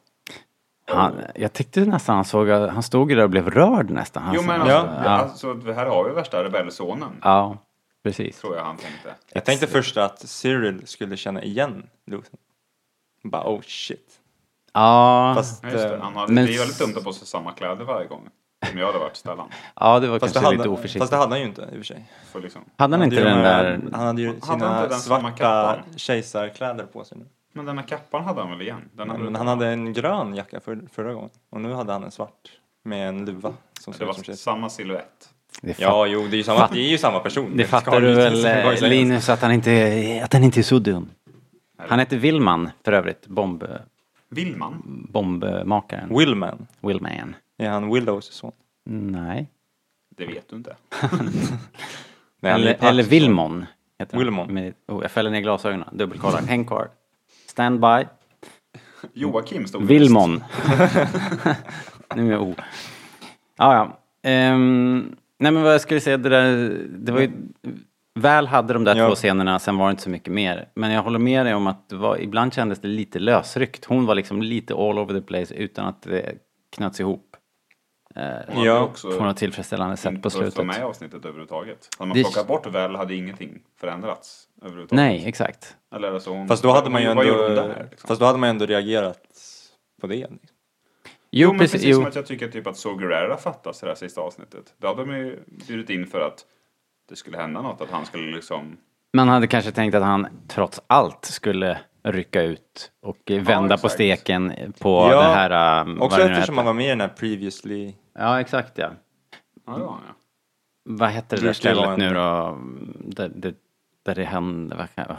Speaker 1: Han, jag tyckte nästan han såg, att- han stod ju där och blev rörd nästan. Han,
Speaker 3: Jo men alltså,
Speaker 1: ja.
Speaker 3: ja.
Speaker 1: Ja,
Speaker 3: alltså det här har vi värsta rebellsonen.
Speaker 1: ja, precis.
Speaker 3: Tror jag han tänkte.
Speaker 2: Jag tänkte först att Cyril skulle känna igen Luthen. Bara oh shit.
Speaker 1: Ja,
Speaker 2: Fast, eh,
Speaker 3: Ja, Ah, just det. Han hade,
Speaker 1: Men-
Speaker 3: Det är ju väldigt dumt att ha på sig samma kläder varje gång. Om jag hade varit Stellan.
Speaker 1: ja det var
Speaker 2: Fast det,
Speaker 1: kanske
Speaker 2: hade,
Speaker 1: lite oförsiktigt.
Speaker 2: fast det hade han ju inte i och för sig.
Speaker 3: För liksom.
Speaker 1: Hade han inte
Speaker 2: ju
Speaker 1: den
Speaker 2: de här-
Speaker 1: där-
Speaker 2: Han hade ju
Speaker 3: Hade
Speaker 2: sina
Speaker 3: han inte den samma
Speaker 2: svarta
Speaker 3: kappan?
Speaker 2: kejsarkläder på sig nu.
Speaker 3: Men den här kappan hade han väl igen? Den hade
Speaker 2: Men han hade en grön jacka för, förra gången och nu hade han en svart med en luva. Som såg
Speaker 3: Det
Speaker 2: ut som
Speaker 3: var
Speaker 2: kejsar.
Speaker 3: samma silhuett.
Speaker 1: Det fa-
Speaker 2: Ja, jo, det är ju samma,
Speaker 1: Fatt-
Speaker 2: det är ju samma person.
Speaker 1: Det
Speaker 2: ska ha
Speaker 1: fattar du
Speaker 2: lite-
Speaker 1: väl
Speaker 2: det var ju
Speaker 1: eh,
Speaker 2: säkert-
Speaker 1: Linus att han inte, är- att han inte är så dum. Han heter Willman för övrigt, bomb,
Speaker 3: Willman?
Speaker 1: bombmakaren.
Speaker 2: Willman.
Speaker 1: Willman.
Speaker 2: Är han Willows son?
Speaker 1: Nej.
Speaker 3: Det vet du inte.
Speaker 2: Nej, han är ju
Speaker 1: eller,
Speaker 2: Pax
Speaker 1: eller
Speaker 2: son.
Speaker 1: Willmon. Heter han.
Speaker 2: Willmon.
Speaker 1: Med, oh, jag fäller ner glasögonen, dubbelkollar. Hängkvar. Standby.
Speaker 3: Joakim stod
Speaker 1: Willmon. nu är jag o. Ja, ja. Ehm, nej, men vad jag skulle säga, det där, det var ju... Väl hade de där
Speaker 2: Ja.
Speaker 1: två scenerna, sen var det inte så mycket mer. Men jag håller med dig om att det var, ibland kändes det lite lösryckt. Hon var liksom lite all over the place utan att det knöts ihop. eh,
Speaker 3: hade ju också
Speaker 1: på något tillfredsställande sätt på
Speaker 3: Inte
Speaker 1: slutet.
Speaker 3: med i avsnittet överhuvudtaget. Hade man
Speaker 1: Det-
Speaker 3: plockat bort väl hade ingenting förändrats överhuvudtaget.
Speaker 1: Nej, exakt.
Speaker 3: Eller alltså hon,
Speaker 2: Fast då hade man ju
Speaker 3: vad gjorde
Speaker 2: ändå,
Speaker 3: hon där, liksom?
Speaker 2: fast då hade man ju ändå reagerat på det. Liksom.
Speaker 1: Jo,
Speaker 3: men
Speaker 1: precis.
Speaker 3: precis
Speaker 1: jo.
Speaker 3: som att jag tycker typ att Saw Gerrera fattas i det här sista avsnittet. Då hade de ju bjudit in för att det skulle hända något, att han skulle liksom...
Speaker 1: Man hade kanske tänkt att han trots allt skulle rycka ut och eh, vända på
Speaker 2: exakt.
Speaker 1: steken på det här... eh, vad
Speaker 2: också
Speaker 1: det nu heter.
Speaker 2: eftersom han var med i den här previously.
Speaker 1: Ja, exakt ja.
Speaker 3: Ja, det var han, ja.
Speaker 1: Vad hette det där
Speaker 2: Brukar vara
Speaker 1: stället
Speaker 2: en-
Speaker 1: nu då? Där, där, där det hände... Vad, kan-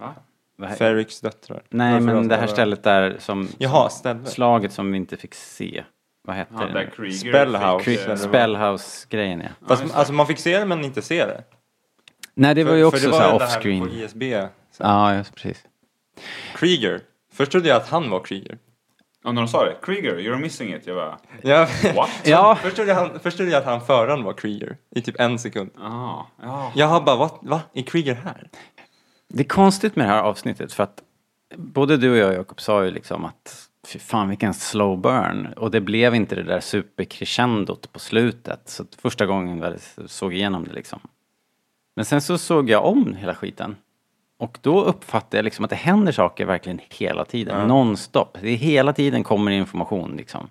Speaker 3: Va?
Speaker 1: vad,
Speaker 2: Ferrix döttrar.
Speaker 1: Nej,
Speaker 2: Varför
Speaker 1: men
Speaker 2: alltså
Speaker 1: det här
Speaker 2: bara-
Speaker 1: stället där som...
Speaker 2: Jaha,
Speaker 1: som-
Speaker 2: stället.
Speaker 1: Slaget som vi inte fick se. Vad hette
Speaker 3: Ja,
Speaker 1: det?
Speaker 3: där
Speaker 1: nu?
Speaker 3: Krieger
Speaker 2: Spellhouse,
Speaker 1: Kri-
Speaker 2: eller vad?
Speaker 1: Spellhouse-grejen ja.
Speaker 2: Fast, alltså man fick se det men inte se det.
Speaker 1: Nej, det var ju
Speaker 2: För-
Speaker 1: också
Speaker 2: för det
Speaker 1: så här
Speaker 2: var det
Speaker 1: off-screen.
Speaker 2: Här på ISB.
Speaker 1: Ja, just precis.
Speaker 2: Krieger. Först trodde jag att han var Krieger.
Speaker 3: Ja, när de sa det, Krieger, you're missing it. Jag bara,
Speaker 2: Ja.
Speaker 3: what?
Speaker 2: ja. Först, trodde jag han, först trodde jag att han föraren var Krieger i typ en sekund.
Speaker 3: Ah, ja.
Speaker 2: Jag har bara, va? va? Är Krieger här?
Speaker 1: Det är konstigt med det här avsnittet för att både du och jag Jakob sa ju liksom att fy fan vilken slow burn och det blev inte det där supercrescendot på slutet. Så att första gången väl såg igenom det liksom. Men sen så såg jag om hela skiten. Och då uppfattade jag liksom att det händer saker verkligen hela tiden,
Speaker 2: Ja.
Speaker 1: nonstop. Det är hela tiden kommer information liksom.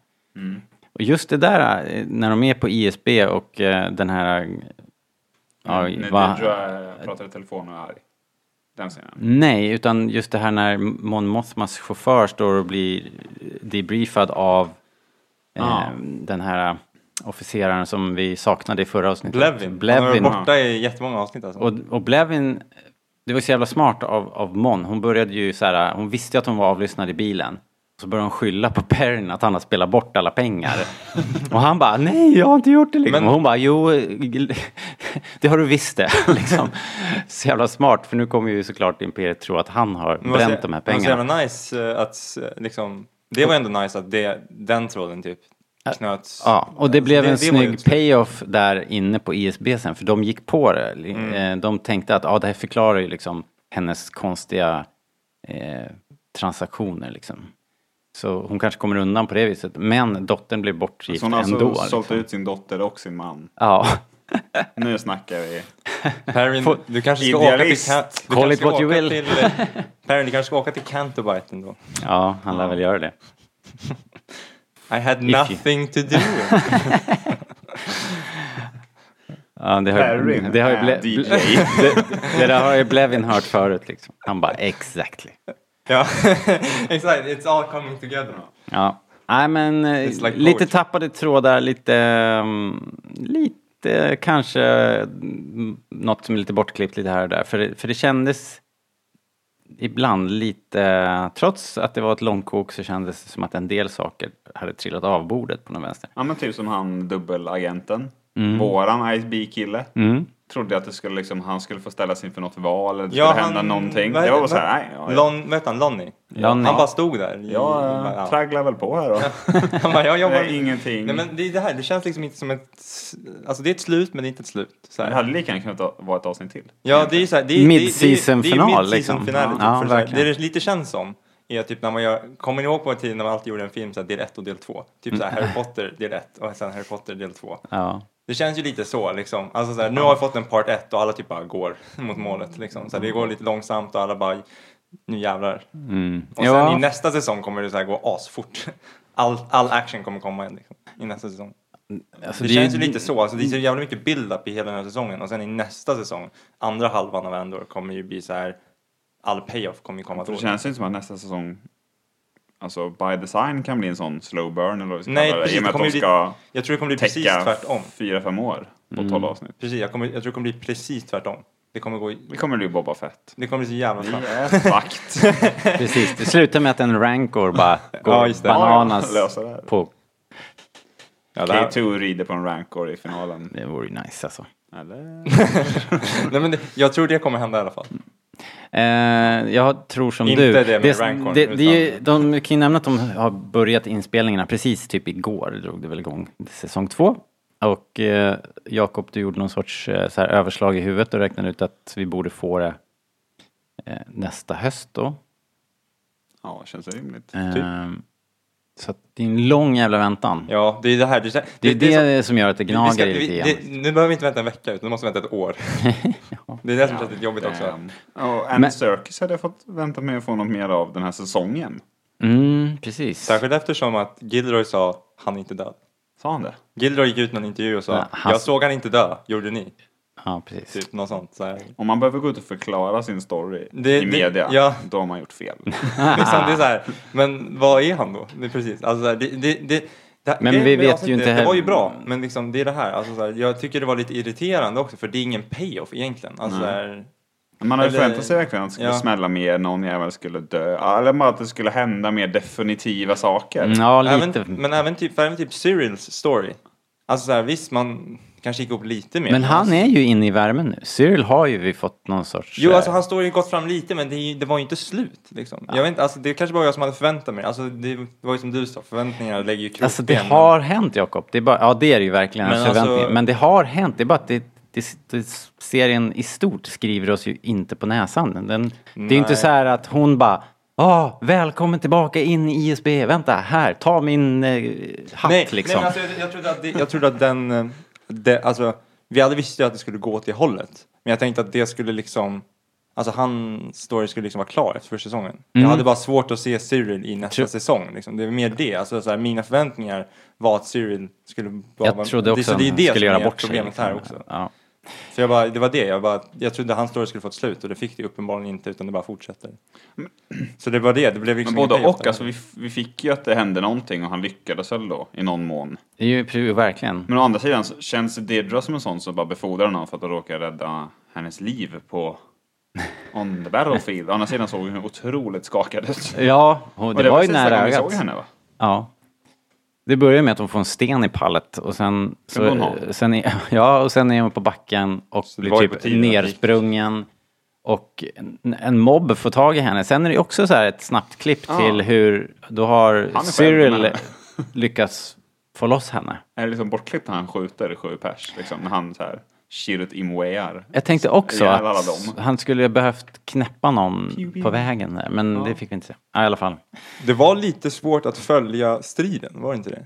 Speaker 1: Och just det där eh, när de är på ISB och eh, den här... eh, ja,
Speaker 3: när
Speaker 1: vad-
Speaker 3: Didra pratar i telefon och är arg. Den scenen.
Speaker 1: Nej, utan just det här när Mon Mothmas chaufför står och blir debriefad av
Speaker 2: Ja.
Speaker 1: eh, den här officeraren som vi saknade i förra avsnittet.
Speaker 2: Blevin. Han
Speaker 1: Blevin.
Speaker 2: har varit borta i jättemånga avsnitt alltså.
Speaker 1: Och, och Blevin, det var så jävla smart av, av Mon. Hon började ju så här, hon visste ju att hon var avlyssnad i bilen. Så började hon skylla på Perrin att han har spelat bort alla pengar. och han bara, nej jag har inte gjort det liksom.
Speaker 2: Men-
Speaker 1: Och hon bara, jo det har du visst det. liksom. Så jävla smart, för nu kommer ju såklart Imperiet tro att han har
Speaker 2: Men vad
Speaker 1: bränt
Speaker 2: så-
Speaker 1: de här
Speaker 2: men så
Speaker 1: pengarna.
Speaker 2: jävla nice eh, att eh, liksom, det var ändå nice att det, den tråden typ knöts...
Speaker 1: Ja, och det blev
Speaker 2: Alltså, Det-
Speaker 1: en
Speaker 2: det var ju
Speaker 1: snygg payoff där inne på ISB sen, för de gick på det. Li-
Speaker 2: Mm.
Speaker 1: eh, De tänkte att ah, det här förklarar ju liksom hennes konstiga eh, transaktioner liksom. Så hon kanske kommer undan på det viset, men dottern blev bortgift
Speaker 3: Så hon har alltså
Speaker 1: ändå.
Speaker 3: sålt
Speaker 1: liksom.
Speaker 3: ut sin dotter och sin man.
Speaker 1: Ja.
Speaker 3: Nu snackar vi.
Speaker 2: Perrin,
Speaker 3: Få-
Speaker 2: du kanske ska
Speaker 3: Idealist.
Speaker 2: åka till Kant... du
Speaker 1: Call
Speaker 2: kanske
Speaker 1: it
Speaker 2: ska
Speaker 1: what you
Speaker 2: åka
Speaker 1: will.
Speaker 2: till, eh, Perrin, du kanske ska åka till Canterbite ändå.
Speaker 1: ja, han lär väl göra det.
Speaker 2: I had
Speaker 1: If you-
Speaker 2: nothing to do.
Speaker 1: Ja, det har,
Speaker 2: Perrin
Speaker 1: det har ju
Speaker 3: Äh,
Speaker 2: är
Speaker 1: ble-
Speaker 2: DJ.
Speaker 1: det, det där har ju Blevin hört förut liksom. Han bara exactly.
Speaker 2: ja, exakt. It's all coming together.
Speaker 1: Ja. Nej men eh,
Speaker 2: It's like
Speaker 1: lite
Speaker 2: poetry.
Speaker 1: tappade trådar, lite, ehm, lite kanske mm, något som är lite bortklippt lite här och där. För det, för det kändes ibland lite, trots att det var ett långkok så kändes det som att en del saker hade trillat av bordet på någon vänster.
Speaker 3: Ja men typ som han dubbelagenten.
Speaker 1: Mm.
Speaker 3: Våran ISB-kille.
Speaker 1: Mm.
Speaker 3: Trodde att det skulle liksom, han skulle få ställas inför något val eller det
Speaker 2: Ja,
Speaker 3: skulle
Speaker 2: han-
Speaker 3: hända någonting.
Speaker 2: vad
Speaker 3: Det var bara
Speaker 2: heter-
Speaker 3: såhär, nej.
Speaker 2: vad-
Speaker 3: Ja, ja.
Speaker 2: Lon, vad hette han? Lonnie?
Speaker 1: Lonnie.
Speaker 2: Han bara stod där. i-
Speaker 3: Jag
Speaker 2: bara, ja.
Speaker 3: eh, tragglar väl på här då.
Speaker 2: Han bara, jag jobbar...
Speaker 3: Nej, ingenting.
Speaker 2: Nej men det är det här, det känns liksom inte som ett... s- Alltså det är ett slut men det är inte ett slut. Så
Speaker 3: Det
Speaker 2: här.
Speaker 3: hade lika gärna kunnat vara ett avsnitt till.
Speaker 2: Ja det är ju såhär... det är- det är-
Speaker 1: Mid-season
Speaker 2: det är- det är
Speaker 1: final,
Speaker 2: mid-season
Speaker 1: liksom.
Speaker 2: finale,
Speaker 1: Ja,
Speaker 2: typ. För så här,
Speaker 1: verkligen.
Speaker 2: Det det lite känns som är typ när man gör... Kommer ni ihåg på en tid när man alltid gjorde en film så här, del 1 och del 2? Typ så här,
Speaker 1: Mm.
Speaker 2: Harry Potter del 1 och sen Harry Potter del 2.
Speaker 1: Ja.
Speaker 2: Det känns ju lite så liksom. Alltså så här, nu har vi fått en part 1 och alla typ bara går mot målet liksom. Så här, det går lite långsamt och alla bara, nu jävlar.
Speaker 1: Mm.
Speaker 2: Och sen
Speaker 1: Ja.
Speaker 2: i nästa säsong kommer det så här gå asfort. All, all action kommer komma in, liksom, i nästa säsong.
Speaker 1: Alltså,
Speaker 2: det,
Speaker 1: det är
Speaker 2: känns
Speaker 1: ju-
Speaker 2: ju lite så, alltså, det är så jävla mycket build-up i hela den här säsongen och sen i nästa säsong, andra halvan av Endor kommer ju bli så här, all payoff kommer ju komma
Speaker 3: För
Speaker 2: då.
Speaker 3: det känns ju inte som att nästa säsong, alltså by design kan bli en sån slow burn eller vad vi ska
Speaker 2: Nej,
Speaker 3: kalla det.
Speaker 2: precis,
Speaker 3: I och
Speaker 2: det
Speaker 3: med att
Speaker 2: kommer
Speaker 3: de
Speaker 2: ju bli-
Speaker 3: ska
Speaker 2: jag tror det kommer bli precis
Speaker 3: täcka
Speaker 2: tvärtom.
Speaker 3: fyra, fem år på
Speaker 1: Mm.
Speaker 3: tolv avsnitt.
Speaker 2: Precis, jag, kommer, jag tror det kommer bli precis tvärtom. Det kommer gå,
Speaker 3: Det kommer bli Boba Fett.
Speaker 2: det kommer bli så jävla
Speaker 3: Vi
Speaker 2: snabbt.
Speaker 3: är fucked.
Speaker 1: Precis, det slutar med att en rankor bara går
Speaker 2: Ja, just det.
Speaker 1: bananas
Speaker 3: Ja, lösa det här.
Speaker 1: på... Ja, det, här,
Speaker 3: K2 rider på en rankor i finalen.
Speaker 1: det vore ju nice alltså.
Speaker 3: Eller?
Speaker 2: Nej, men det, jag tror det kommer hända i alla fall.
Speaker 1: Eh, jag tror som du.
Speaker 2: Inte det med Rancorn,
Speaker 1: det, det är ju,
Speaker 2: utan-
Speaker 1: De kan ju nämna att de har börjat inspelningarna precis typ igår, drog det väl igång säsong två. Och eh, Jakob, du gjorde någon sorts eh, så här överslag i huvudet och räknade ut att vi borde få det eh, nästa höst då.
Speaker 3: Ja, känns det rimligt. Typ.
Speaker 1: Eh, så att det är en lång jävla väntan.
Speaker 2: Typ. Ja, det är det här. Det, det,
Speaker 1: det är det,
Speaker 2: som-
Speaker 1: som gör att det
Speaker 2: vi- vi ska-
Speaker 1: gnager
Speaker 2: vi-
Speaker 1: lite igen.
Speaker 2: det- Nu behöver vi inte vänta en vecka, utan nu måste vi vänta ett år. Det är det som känns lite jobbigt också.
Speaker 3: Damn. Och Ann
Speaker 1: Men-
Speaker 3: Serkis hade jag fått vänta mig att få något mer av den här säsongen.
Speaker 1: Mm, precis.
Speaker 2: Särskilt eftersom att Gilroy sa, han är inte död.
Speaker 3: Sa han det?
Speaker 2: Gilroy gick ut i en intervju och sa,
Speaker 1: Ja, han-
Speaker 2: jag såg han inte dö, gjorde ni?
Speaker 1: Ja, precis.
Speaker 2: Typ något sånt. Så här.
Speaker 3: Om man behöver gå ut och förklara sin story
Speaker 2: Det-
Speaker 3: i
Speaker 2: det-
Speaker 3: media,
Speaker 2: ja.
Speaker 3: då har man gjort fel.
Speaker 2: liksom, det är så här, men vad är han då? Det är precis, alltså, så här, det, det, det, det,
Speaker 1: Men
Speaker 2: det,
Speaker 1: vi
Speaker 2: det
Speaker 1: vet ju
Speaker 2: avsnittet,
Speaker 1: inte
Speaker 2: Det
Speaker 1: heller-
Speaker 2: var ju bra, men liksom, det är det här. Alltså, så här. Jag tycker det var lite irriterande också, för det är ingen payoff egentligen. Alltså, så här,
Speaker 3: Man hade
Speaker 2: Eller-
Speaker 3: förväntat sig verkligen att det skulle
Speaker 2: Ja.
Speaker 3: smälla mer, någon jävel skulle dö, eller bara att det skulle hända mer definitiva saker.
Speaker 1: Mm, Ja, lite.
Speaker 2: även, men även typ, för även typ Cyrils story. Alltså så här, visst, man kanske gick upp lite mer.
Speaker 1: Men han är ju inne i värmen nu. Cyril har ju vi fått någon sorts...
Speaker 2: Jo,
Speaker 1: eh,
Speaker 2: alltså han står ju gått fram lite, men det, är ju- det var ju inte slut. Liksom. Jag vet inte, alltså, det kanske bara jag som hade förväntat mig. Alltså, det var ju som du sa, förväntningarna lägger ju krokben.
Speaker 1: Alltså det
Speaker 2: men-
Speaker 1: har hänt Jakob. Det är bara, ja det är det ju verkligen.
Speaker 2: Men
Speaker 1: Men,
Speaker 2: alltså-
Speaker 1: men det har hänt. Det är bara att det, det, det, serien i stort skriver oss ju inte på näsan. Den, det är ju inte
Speaker 2: Nej.
Speaker 1: så här att hon bara Åh, välkommen tillbaka in i ISB. Vänta, här, ta min eh, hatt
Speaker 2: nej,
Speaker 1: liksom.
Speaker 2: Nej, men alltså, jag, jag, trodde att det, jag trodde att den... eh, Det, alltså, vi hade visst ju att det skulle gå åt det hållet. Men jag tänkte att det skulle liksom... Alltså hans story skulle liksom vara klar efter första säsongen. Jag
Speaker 1: Mm.
Speaker 2: hade bara svårt att se Cyril i nästa
Speaker 1: Tro-
Speaker 2: säsong. Liksom. Det är mer det. Alltså, så här, mina förväntningar var att Cyril skulle bara
Speaker 1: jag
Speaker 2: vara...
Speaker 1: trodde också
Speaker 2: så
Speaker 1: att
Speaker 2: det är
Speaker 1: han
Speaker 2: det
Speaker 1: skulle
Speaker 2: som
Speaker 1: göra
Speaker 2: är
Speaker 1: bort sig.
Speaker 2: problemet här
Speaker 1: liksom.
Speaker 2: också.
Speaker 1: Ja.
Speaker 2: För jag bara, det var det. Jag, bara, jag trodde hans story skulle få ett slut och det fick det uppenbarligen inte utan det bara fortsätter. Så det var det. Det blev liksom
Speaker 3: Men både
Speaker 2: ingen payoff
Speaker 3: och,
Speaker 2: där.
Speaker 3: alltså vi, vi fick ju att det hände någonting och han lyckades väl då i någon mån.
Speaker 1: Det är ju pr- verkligen.
Speaker 3: Men å andra sidan så känns Deirdre som en sån som bara befordrar någon för att råka rädda hennes liv på on the battlefield. Å andra sidan såg hon otroligt skakad ut.
Speaker 1: Ja, och det, var ju
Speaker 3: precis
Speaker 1: nära
Speaker 3: gången vi
Speaker 1: ögat.
Speaker 3: såg henne va?
Speaker 1: Ja. Det börjar med att hon får en sten i pallet och sen...
Speaker 3: Sen går hon av.
Speaker 1: sen är, ja, och sen är hon på backen och blir
Speaker 3: var ju på
Speaker 1: typ
Speaker 3: tiden att det gick.
Speaker 1: nersprungen. Och en, en mobb får tag i henne. Sen är det också så här ett snabbt klipp
Speaker 3: Ja.
Speaker 1: till hur... Då har
Speaker 3: själv
Speaker 1: Cyril
Speaker 3: med.
Speaker 1: lyckats få loss henne.
Speaker 3: Är det liksom bortklippt när han skjuter sju pers? Liksom, när han så här Shirut Imwear.
Speaker 1: Jag tänkte också
Speaker 3: ihjäl alla
Speaker 1: att
Speaker 3: dem.
Speaker 1: han skulle ha behövt knäppa någon
Speaker 3: Pew, pew.
Speaker 1: på vägen där, men
Speaker 2: Ja.
Speaker 1: det fick vi inte se. Ja, I alla fall.
Speaker 2: Det var lite svårt att följa striden, var det inte det?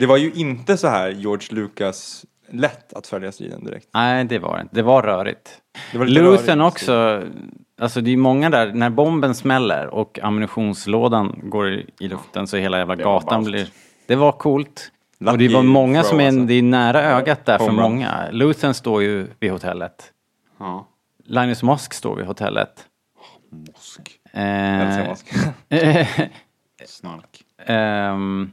Speaker 2: Det var ju inte så här George Lucas lätt att följa striden direkt.
Speaker 1: Nej, det var det inte. Det var rörigt.
Speaker 2: Det var lite
Speaker 1: Luthen
Speaker 2: rörigt.
Speaker 1: också. Alltså det är många där, när bomben smäller och ammunitionslådan går i- i luften så hela jävla
Speaker 2: Det var
Speaker 1: gatan
Speaker 2: ballt.
Speaker 1: blir... Det var coolt. och det
Speaker 2: Lucky
Speaker 1: var många
Speaker 2: throw,
Speaker 1: som är,
Speaker 2: alltså.
Speaker 1: det är nära ögat där för
Speaker 2: Home run.
Speaker 1: många. Luthen står ju vid hotellet.
Speaker 3: Ja.
Speaker 1: Linus Mosk står vid hotellet. Mosk. Eh,
Speaker 3: Älskar Mosk. Snark.
Speaker 1: Ehm,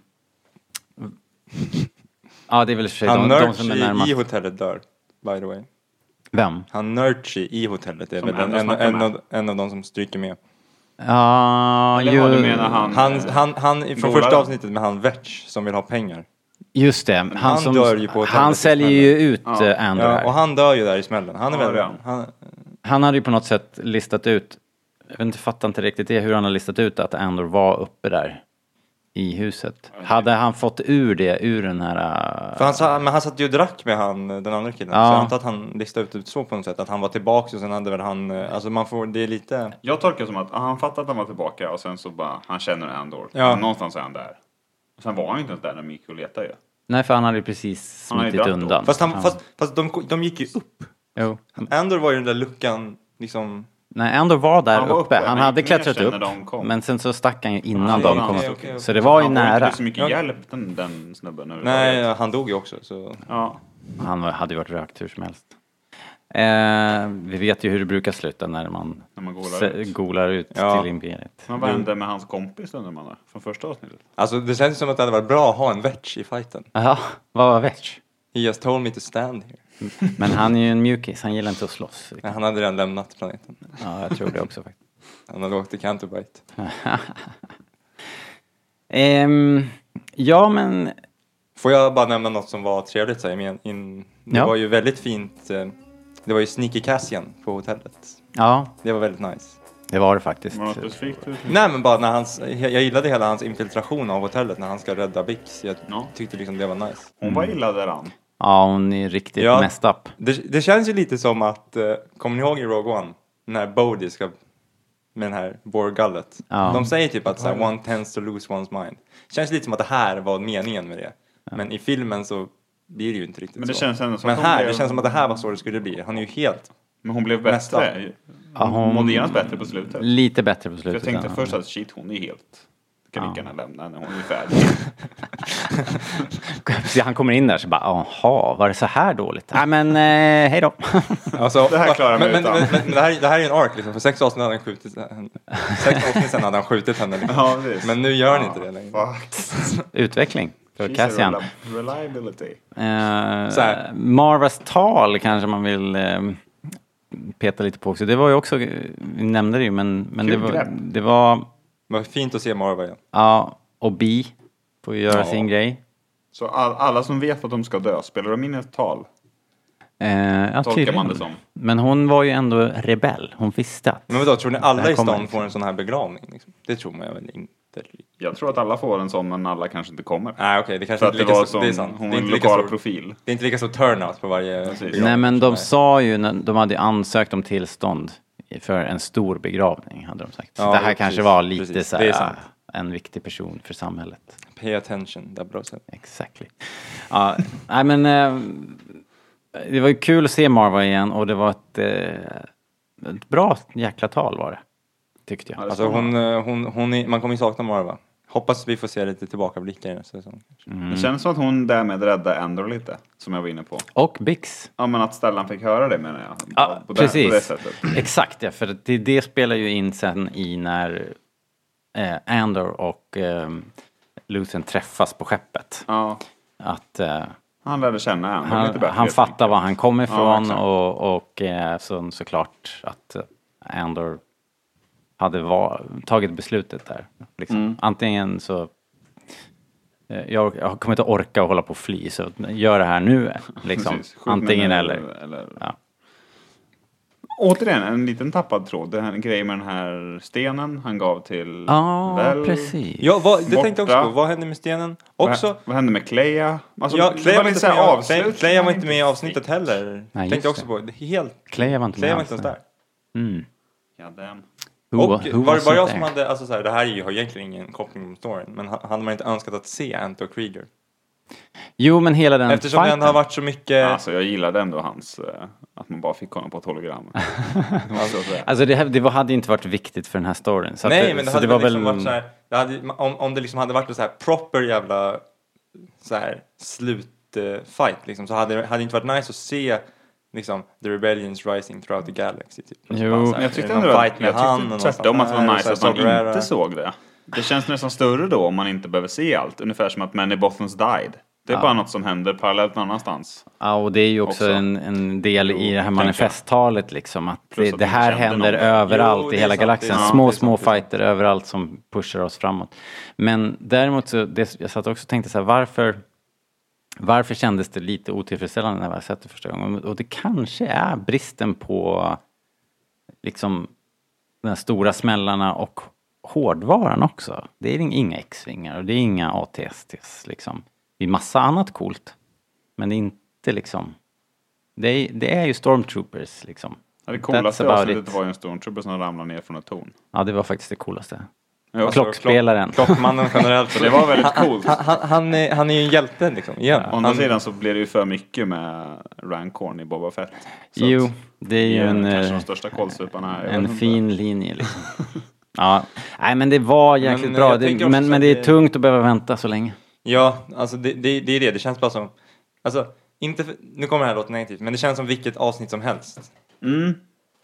Speaker 1: ja, det är väl i och för sig
Speaker 2: Han
Speaker 1: de, de som är
Speaker 2: Nurchi i
Speaker 1: närmast.
Speaker 2: hotellet dör, by the way.
Speaker 1: Vem?
Speaker 2: Han Nurchi i hotellet är
Speaker 3: Som
Speaker 2: väl en,
Speaker 3: ändå
Speaker 2: en,
Speaker 3: snackar
Speaker 2: en,
Speaker 3: med.
Speaker 2: av, en av de som stryker med.
Speaker 1: Ja, ju,
Speaker 2: han, han, han från
Speaker 1: Golaren.
Speaker 2: första avsnittet med han Vetch som vill ha pengar.
Speaker 1: Just det, han,
Speaker 2: Han
Speaker 1: som,
Speaker 2: dör ju på hotellet
Speaker 1: han
Speaker 2: i
Speaker 1: säljer
Speaker 2: smällen.
Speaker 1: ju ut ja. Andrew
Speaker 2: Ja,
Speaker 1: här.
Speaker 2: och han dör ju där i smällen. Han är
Speaker 3: Ja, det
Speaker 2: väl...
Speaker 3: är han.
Speaker 2: Han,
Speaker 1: Han hade ju på något sätt listat ut, jag vet inte, fattar inte riktigt det, hur han har listat ut att Andor var uppe där i huset. Hade han fått ur det, ur den här... äh,
Speaker 2: För han, sa, men han satt ju och drack med han, den andra killen.
Speaker 1: Ja.
Speaker 2: Så jag antar att han listade ut det så på något sätt. Att han var tillbaks och sen hade väl han, eh, alltså man får, det är lite...
Speaker 3: Jag tolkar det som att ah, han fattade att han var tillbaka och sen så bara, han känner Andor.
Speaker 2: Ja.
Speaker 3: Någonstans är han där. Och sen var han ju inte ens där när Mikko letade ju.
Speaker 1: Nej, för han hade ju precis
Speaker 3: Han hade ju
Speaker 1: smitit
Speaker 3: dratt då.
Speaker 1: undan.
Speaker 2: Fast, han,
Speaker 1: Ja.
Speaker 2: fast, fast de, de gick ju upp.
Speaker 1: Jo.
Speaker 2: Andor var ju den där luckan, liksom...
Speaker 1: Nej, Andor var där
Speaker 2: Han var
Speaker 1: uppe.
Speaker 2: uppe,
Speaker 1: Han
Speaker 2: men
Speaker 1: hade
Speaker 2: gick ner
Speaker 1: klättrat
Speaker 2: sen
Speaker 1: upp,
Speaker 2: när de kom.
Speaker 1: men sen så stack han ju innan
Speaker 2: Ah,
Speaker 1: de
Speaker 2: okej,
Speaker 1: kom
Speaker 2: okej,
Speaker 1: upp.
Speaker 2: okej,
Speaker 1: Så
Speaker 2: okej.
Speaker 1: det var ju
Speaker 3: han får
Speaker 1: nära.
Speaker 3: inte så mycket hjälp den, den snubben.
Speaker 2: Nej,
Speaker 3: överhuvudtaget.
Speaker 2: han dog ju också. Så.
Speaker 3: Ja.
Speaker 1: Han var- hade ju varit rökt hur som helst. Eh, vi vet ju hur det brukar sluta när man,
Speaker 3: När man golar
Speaker 1: se-
Speaker 3: ut.
Speaker 1: golar ut
Speaker 2: Ja.
Speaker 1: till imperiet.
Speaker 3: Men vad hände med hans kompis undrar man där, från första avsnittet?
Speaker 2: Alltså det känns som att det hade varit bra att ha en vetch i fighten.
Speaker 1: Jaha, vad var Vetch?
Speaker 2: He just told me to stand here.
Speaker 1: Men han är ju en mjukis, han gillar inte att slåss.
Speaker 2: Men han hade redan lämnat planeten.
Speaker 1: Ja, jag tror det också faktiskt.
Speaker 2: Han hade åkt till Canterbite.
Speaker 1: Ehm, ja, men
Speaker 2: Får jag bara nämna något som var trevligt så här, men in, Det
Speaker 1: Ja.
Speaker 2: var ju väldigt fint. eh, Det var ju Sneaky Cassian på hotellet.
Speaker 1: ja,
Speaker 2: Det var väldigt nice.
Speaker 1: det var det faktiskt.
Speaker 3: Var det något specifikt? du-
Speaker 1: Mm.
Speaker 2: Nej men bara när hans, jag jag gillade hela hans infiltration av hotellet när han ska rädda Bix. Jag tyckte liksom det var nice.
Speaker 3: Hon var illa däran.
Speaker 1: Ja, hon är riktigt
Speaker 2: Ja.
Speaker 1: messed up.
Speaker 2: Det, det känns ju lite som att, eh, kommer ni ihåg i Rogue One? När Bodhi ska, med den här borrgallet.
Speaker 1: Ja.
Speaker 2: De säger typ att så här, one tends to lose one's mind. Känns lite som att det här var meningen med det. Men i filmen så blir det ju inte riktigt
Speaker 3: Men det
Speaker 2: så.
Speaker 3: känns ändå som
Speaker 2: men
Speaker 3: att hon
Speaker 2: här,
Speaker 3: blev-
Speaker 2: det känns som att det här var så det skulle bli. Han är ju helt
Speaker 3: Men hon blev
Speaker 2: Nästa.
Speaker 3: bättre. Hon
Speaker 1: hon-
Speaker 3: mådde genast bättre på slutet.
Speaker 1: Lite bättre på
Speaker 3: För jag
Speaker 1: slutet.
Speaker 3: tänkte
Speaker 1: än-
Speaker 3: först att shit, hon är helt... Jag kan lika gärna lämna henne, hon är färdig.
Speaker 1: Precis, Han kommer in där så bara, jaha, var det så här dåligt? Nej men eh, hej då.
Speaker 2: Alltså,
Speaker 3: Det här klarar jag mig
Speaker 2: men, men,
Speaker 3: utan.
Speaker 2: men, men, men det, här, det här är en ark liksom. För sex avsnitt hade han skjutit henne. Sex avsnitt sen hade han skjutit henne. Liksom.
Speaker 3: Ja, visst.
Speaker 2: men nu gör han
Speaker 3: Ja,
Speaker 2: inte det längre.
Speaker 3: Fuck.
Speaker 1: Utveckling för
Speaker 3: She's a
Speaker 1: Cassian.
Speaker 3: reli- Reliability.
Speaker 2: Så
Speaker 1: Eh,
Speaker 2: här.
Speaker 1: Marvas tal kanske man vill eh, peta lite på också. Det var ju också, eh, vi nämnde det ju, men, men det,
Speaker 3: Kul
Speaker 1: var,
Speaker 3: grepp.
Speaker 1: det var,
Speaker 2: Men fint att se Marva igen.
Speaker 1: ja, och Bi får ju göra
Speaker 2: Ja.
Speaker 1: sin grej.
Speaker 3: Så all, alla som vet att de ska dö, spelar de in ett tal?
Speaker 1: Eh, ja,
Speaker 3: Tolkar
Speaker 1: tydligen.
Speaker 3: man det som.
Speaker 1: Men hon var ju ändå rebell, hon visste att.
Speaker 2: Men vadå, tror ni
Speaker 1: Det
Speaker 2: alla
Speaker 1: här
Speaker 2: i
Speaker 1: kommer
Speaker 2: stan
Speaker 1: liksom.
Speaker 2: får en sån här begravning? Liksom? Det tror man väl inte. riktigt.
Speaker 3: Jag tror att alla får en sån, men alla kanske inte kommer.
Speaker 2: Nej okej, det
Speaker 3: För
Speaker 2: kanske
Speaker 3: att
Speaker 2: inte
Speaker 3: det
Speaker 2: är lika
Speaker 3: var
Speaker 2: så,
Speaker 3: som,
Speaker 2: det är sant.
Speaker 3: hon
Speaker 2: det,
Speaker 3: är
Speaker 2: är
Speaker 3: en
Speaker 2: inte lika
Speaker 3: lokal
Speaker 2: stor,
Speaker 3: profil.
Speaker 2: det är inte lika stor turnout på varje begravning.
Speaker 1: Nej men de
Speaker 2: Nej.
Speaker 1: sa ju, när de hade ansökt om tillstånd för en stor begravning, hade de sagt. Så
Speaker 2: Ja,
Speaker 1: det här
Speaker 2: precis,
Speaker 1: kanske var lite
Speaker 2: precis.
Speaker 1: så
Speaker 2: Det
Speaker 1: här,
Speaker 2: är sant.
Speaker 1: ah, en viktig person för samhället.
Speaker 2: Pay attention, där bra sagt.
Speaker 1: Exactly. Ja, nej men eh, det var ju kul att se Marva igen och det var ett, eh, ett bra jäkla tal var det. Tyckte jag.
Speaker 2: Alltså hon, eh, hon, hon är, man kommer ju sakna Marva. Hoppas vi får se lite tillbakablickar i nästa säsong. kanske.
Speaker 3: Det känns som att hon därmed räddade Andor lite, som jag var inne på.
Speaker 1: Och Bix.
Speaker 3: Ja, men att Stellan fick höra det menar jag.
Speaker 1: Ja,
Speaker 3: på, Det, på det
Speaker 1: precis.
Speaker 3: sättet.
Speaker 1: Exakt ja, för det, det spelar ju in sen i när eh, Andor och eh, Luthen träffas på skeppet.
Speaker 3: Ja,
Speaker 1: Att eh,
Speaker 3: han lärde känna Andor lite
Speaker 1: han,
Speaker 3: bättre.
Speaker 1: han
Speaker 3: helt enkelt.
Speaker 1: fattar var han kommer
Speaker 3: Ja,
Speaker 1: ifrån
Speaker 3: exakt.
Speaker 1: och, och eh, så, såklart att eh, Andor hade va, tagit beslutet där. Liksom.
Speaker 2: Mm.
Speaker 1: Antingen så... eh, Jag, jag kommer inte orka hålla på och fly, så gör det här nu. Liksom.
Speaker 3: Precis. Skjut mig
Speaker 1: Antingen
Speaker 3: nu,
Speaker 1: eller.
Speaker 3: eller.
Speaker 1: Ja.
Speaker 3: Återigen, en liten tappad tråd. Den här grejen med den här stenen han gav till
Speaker 1: Ja, precis.
Speaker 2: Ja, vad, det tänkte jag också på. Vad hände med stenen? Också...
Speaker 3: Vad, vad hände med Cleia? Alltså,
Speaker 2: ja,
Speaker 3: det
Speaker 2: Clay
Speaker 3: var
Speaker 2: var,
Speaker 3: lite
Speaker 2: inte
Speaker 3: så
Speaker 2: med,
Speaker 3: här
Speaker 2: av-
Speaker 3: avslut
Speaker 2: Clay-
Speaker 3: som
Speaker 2: Clay
Speaker 3: jag
Speaker 2: var
Speaker 3: inte
Speaker 2: inte med i avsnittet heller.
Speaker 1: Nej, just
Speaker 2: tänkte jag också på. Helt...
Speaker 1: Clay var inte
Speaker 2: Clay
Speaker 1: med
Speaker 2: var inte ens
Speaker 1: alls,
Speaker 2: där.
Speaker 1: Mm.
Speaker 3: Ja, damn.
Speaker 1: Who
Speaker 2: Och
Speaker 1: wa- who
Speaker 2: var det
Speaker 1: was
Speaker 2: bara
Speaker 1: not
Speaker 2: jag som
Speaker 1: there?
Speaker 2: hade, alltså så här, det här är ju- har egentligen ingen koppling till storyn, men ha- hade man inte önskat att se Anto och Krieger?
Speaker 1: Jo, men hela den
Speaker 2: Eftersom det
Speaker 1: fighten.
Speaker 2: ändå har varit så mycket...
Speaker 1: Eh,
Speaker 3: Alltså jag gillade ändå hans, eh, att man bara fick honom på ett hologram. alltså, sådär.
Speaker 1: Alltså det, här, det var- hade inte varit viktigt för den här storyn. Så att
Speaker 2: Nej, men det
Speaker 1: så
Speaker 2: hade
Speaker 1: var
Speaker 2: väl liksom varit så här, det hade, om, om det liksom hade varit en så här proper jävla så här, slutfight liksom, så hade det hade det inte varit nice att se liksom the rebellions rising throughout the galaxy. Typ.
Speaker 1: Jo,
Speaker 2: Bara så
Speaker 3: Men jag tyckte
Speaker 2: är det någon
Speaker 3: ändå att-
Speaker 2: fight med
Speaker 3: jag
Speaker 2: han och
Speaker 3: tyckte tvärtom
Speaker 2: någon
Speaker 3: att det
Speaker 2: sån
Speaker 3: var
Speaker 2: här,
Speaker 3: nice
Speaker 2: så
Speaker 3: att man
Speaker 2: här, Sobrera.
Speaker 3: inte såg det. Det känns nästan större då om man inte behöver se allt. Ungefär som att Men in Bothans died. Det är
Speaker 1: Ja.
Speaker 3: bara något som händer parallellt någon annanstans.
Speaker 1: Ja, och det är ju också,
Speaker 3: Också.
Speaker 1: En, en del i det här manifesttalet liksom. Att
Speaker 3: Plus
Speaker 1: det,
Speaker 3: att
Speaker 1: det
Speaker 3: de
Speaker 1: här
Speaker 3: kände
Speaker 1: händer
Speaker 3: någon.
Speaker 1: överallt
Speaker 2: Jo,
Speaker 1: i
Speaker 2: det är
Speaker 1: hela
Speaker 2: sant,
Speaker 1: galaxen.
Speaker 2: det är sant,
Speaker 1: små,
Speaker 2: det är sant,
Speaker 1: små
Speaker 2: det är sant.
Speaker 1: fighter överallt som pushar oss framåt. Men däremot så, det, jag satt också och tänkte så här, varför, varför kändes det lite otillfredsställande när vi hade sett det första gången? Och det kanske är bristen på liksom de här stora smällarna och hårdvaran också. Det är inga X-vingar och det är inga ATSTs liksom. Det är massa annat coolt. Men det är inte liksom... Det är, det är ju stormtroopers liksom.
Speaker 3: Ja, Det
Speaker 1: That's
Speaker 3: coolaste
Speaker 1: about
Speaker 3: avslutet
Speaker 1: it.
Speaker 3: var ju en stormtrooper som ramlade ner från ett torn.
Speaker 1: Ja, det var faktiskt det coolaste.
Speaker 3: Ja,
Speaker 1: Klockspelaren.
Speaker 2: Klock- Klockmannen generellt.
Speaker 3: Så det var väldigt coolt.
Speaker 2: Han, han, han, är, han är ju en hjälte liksom, igen.
Speaker 3: Å andra
Speaker 2: Han-
Speaker 3: sidan så blev det ju för mycket med Rancorn i Boba Fett. Så
Speaker 1: Jo,
Speaker 3: att
Speaker 1: det är ju
Speaker 3: det är
Speaker 1: en,
Speaker 3: kanske
Speaker 1: eh,
Speaker 3: de största kålsuparna. jag vet
Speaker 1: en
Speaker 3: inte.
Speaker 1: fin linje liksom. ja, nej men det var jäkligt
Speaker 2: Men, eh,
Speaker 1: bra.
Speaker 2: jag tänker
Speaker 1: Det,
Speaker 2: också
Speaker 1: men,
Speaker 2: så
Speaker 1: men
Speaker 2: att
Speaker 1: det är
Speaker 2: det-
Speaker 1: tungt att behöva vänta så länge.
Speaker 2: Ja, alltså det, det, det är det. Det känns bara som... Alltså, inte för, nu kommer det här låta negativt, men det känns som vilket avsnitt som helst.
Speaker 3: Mm.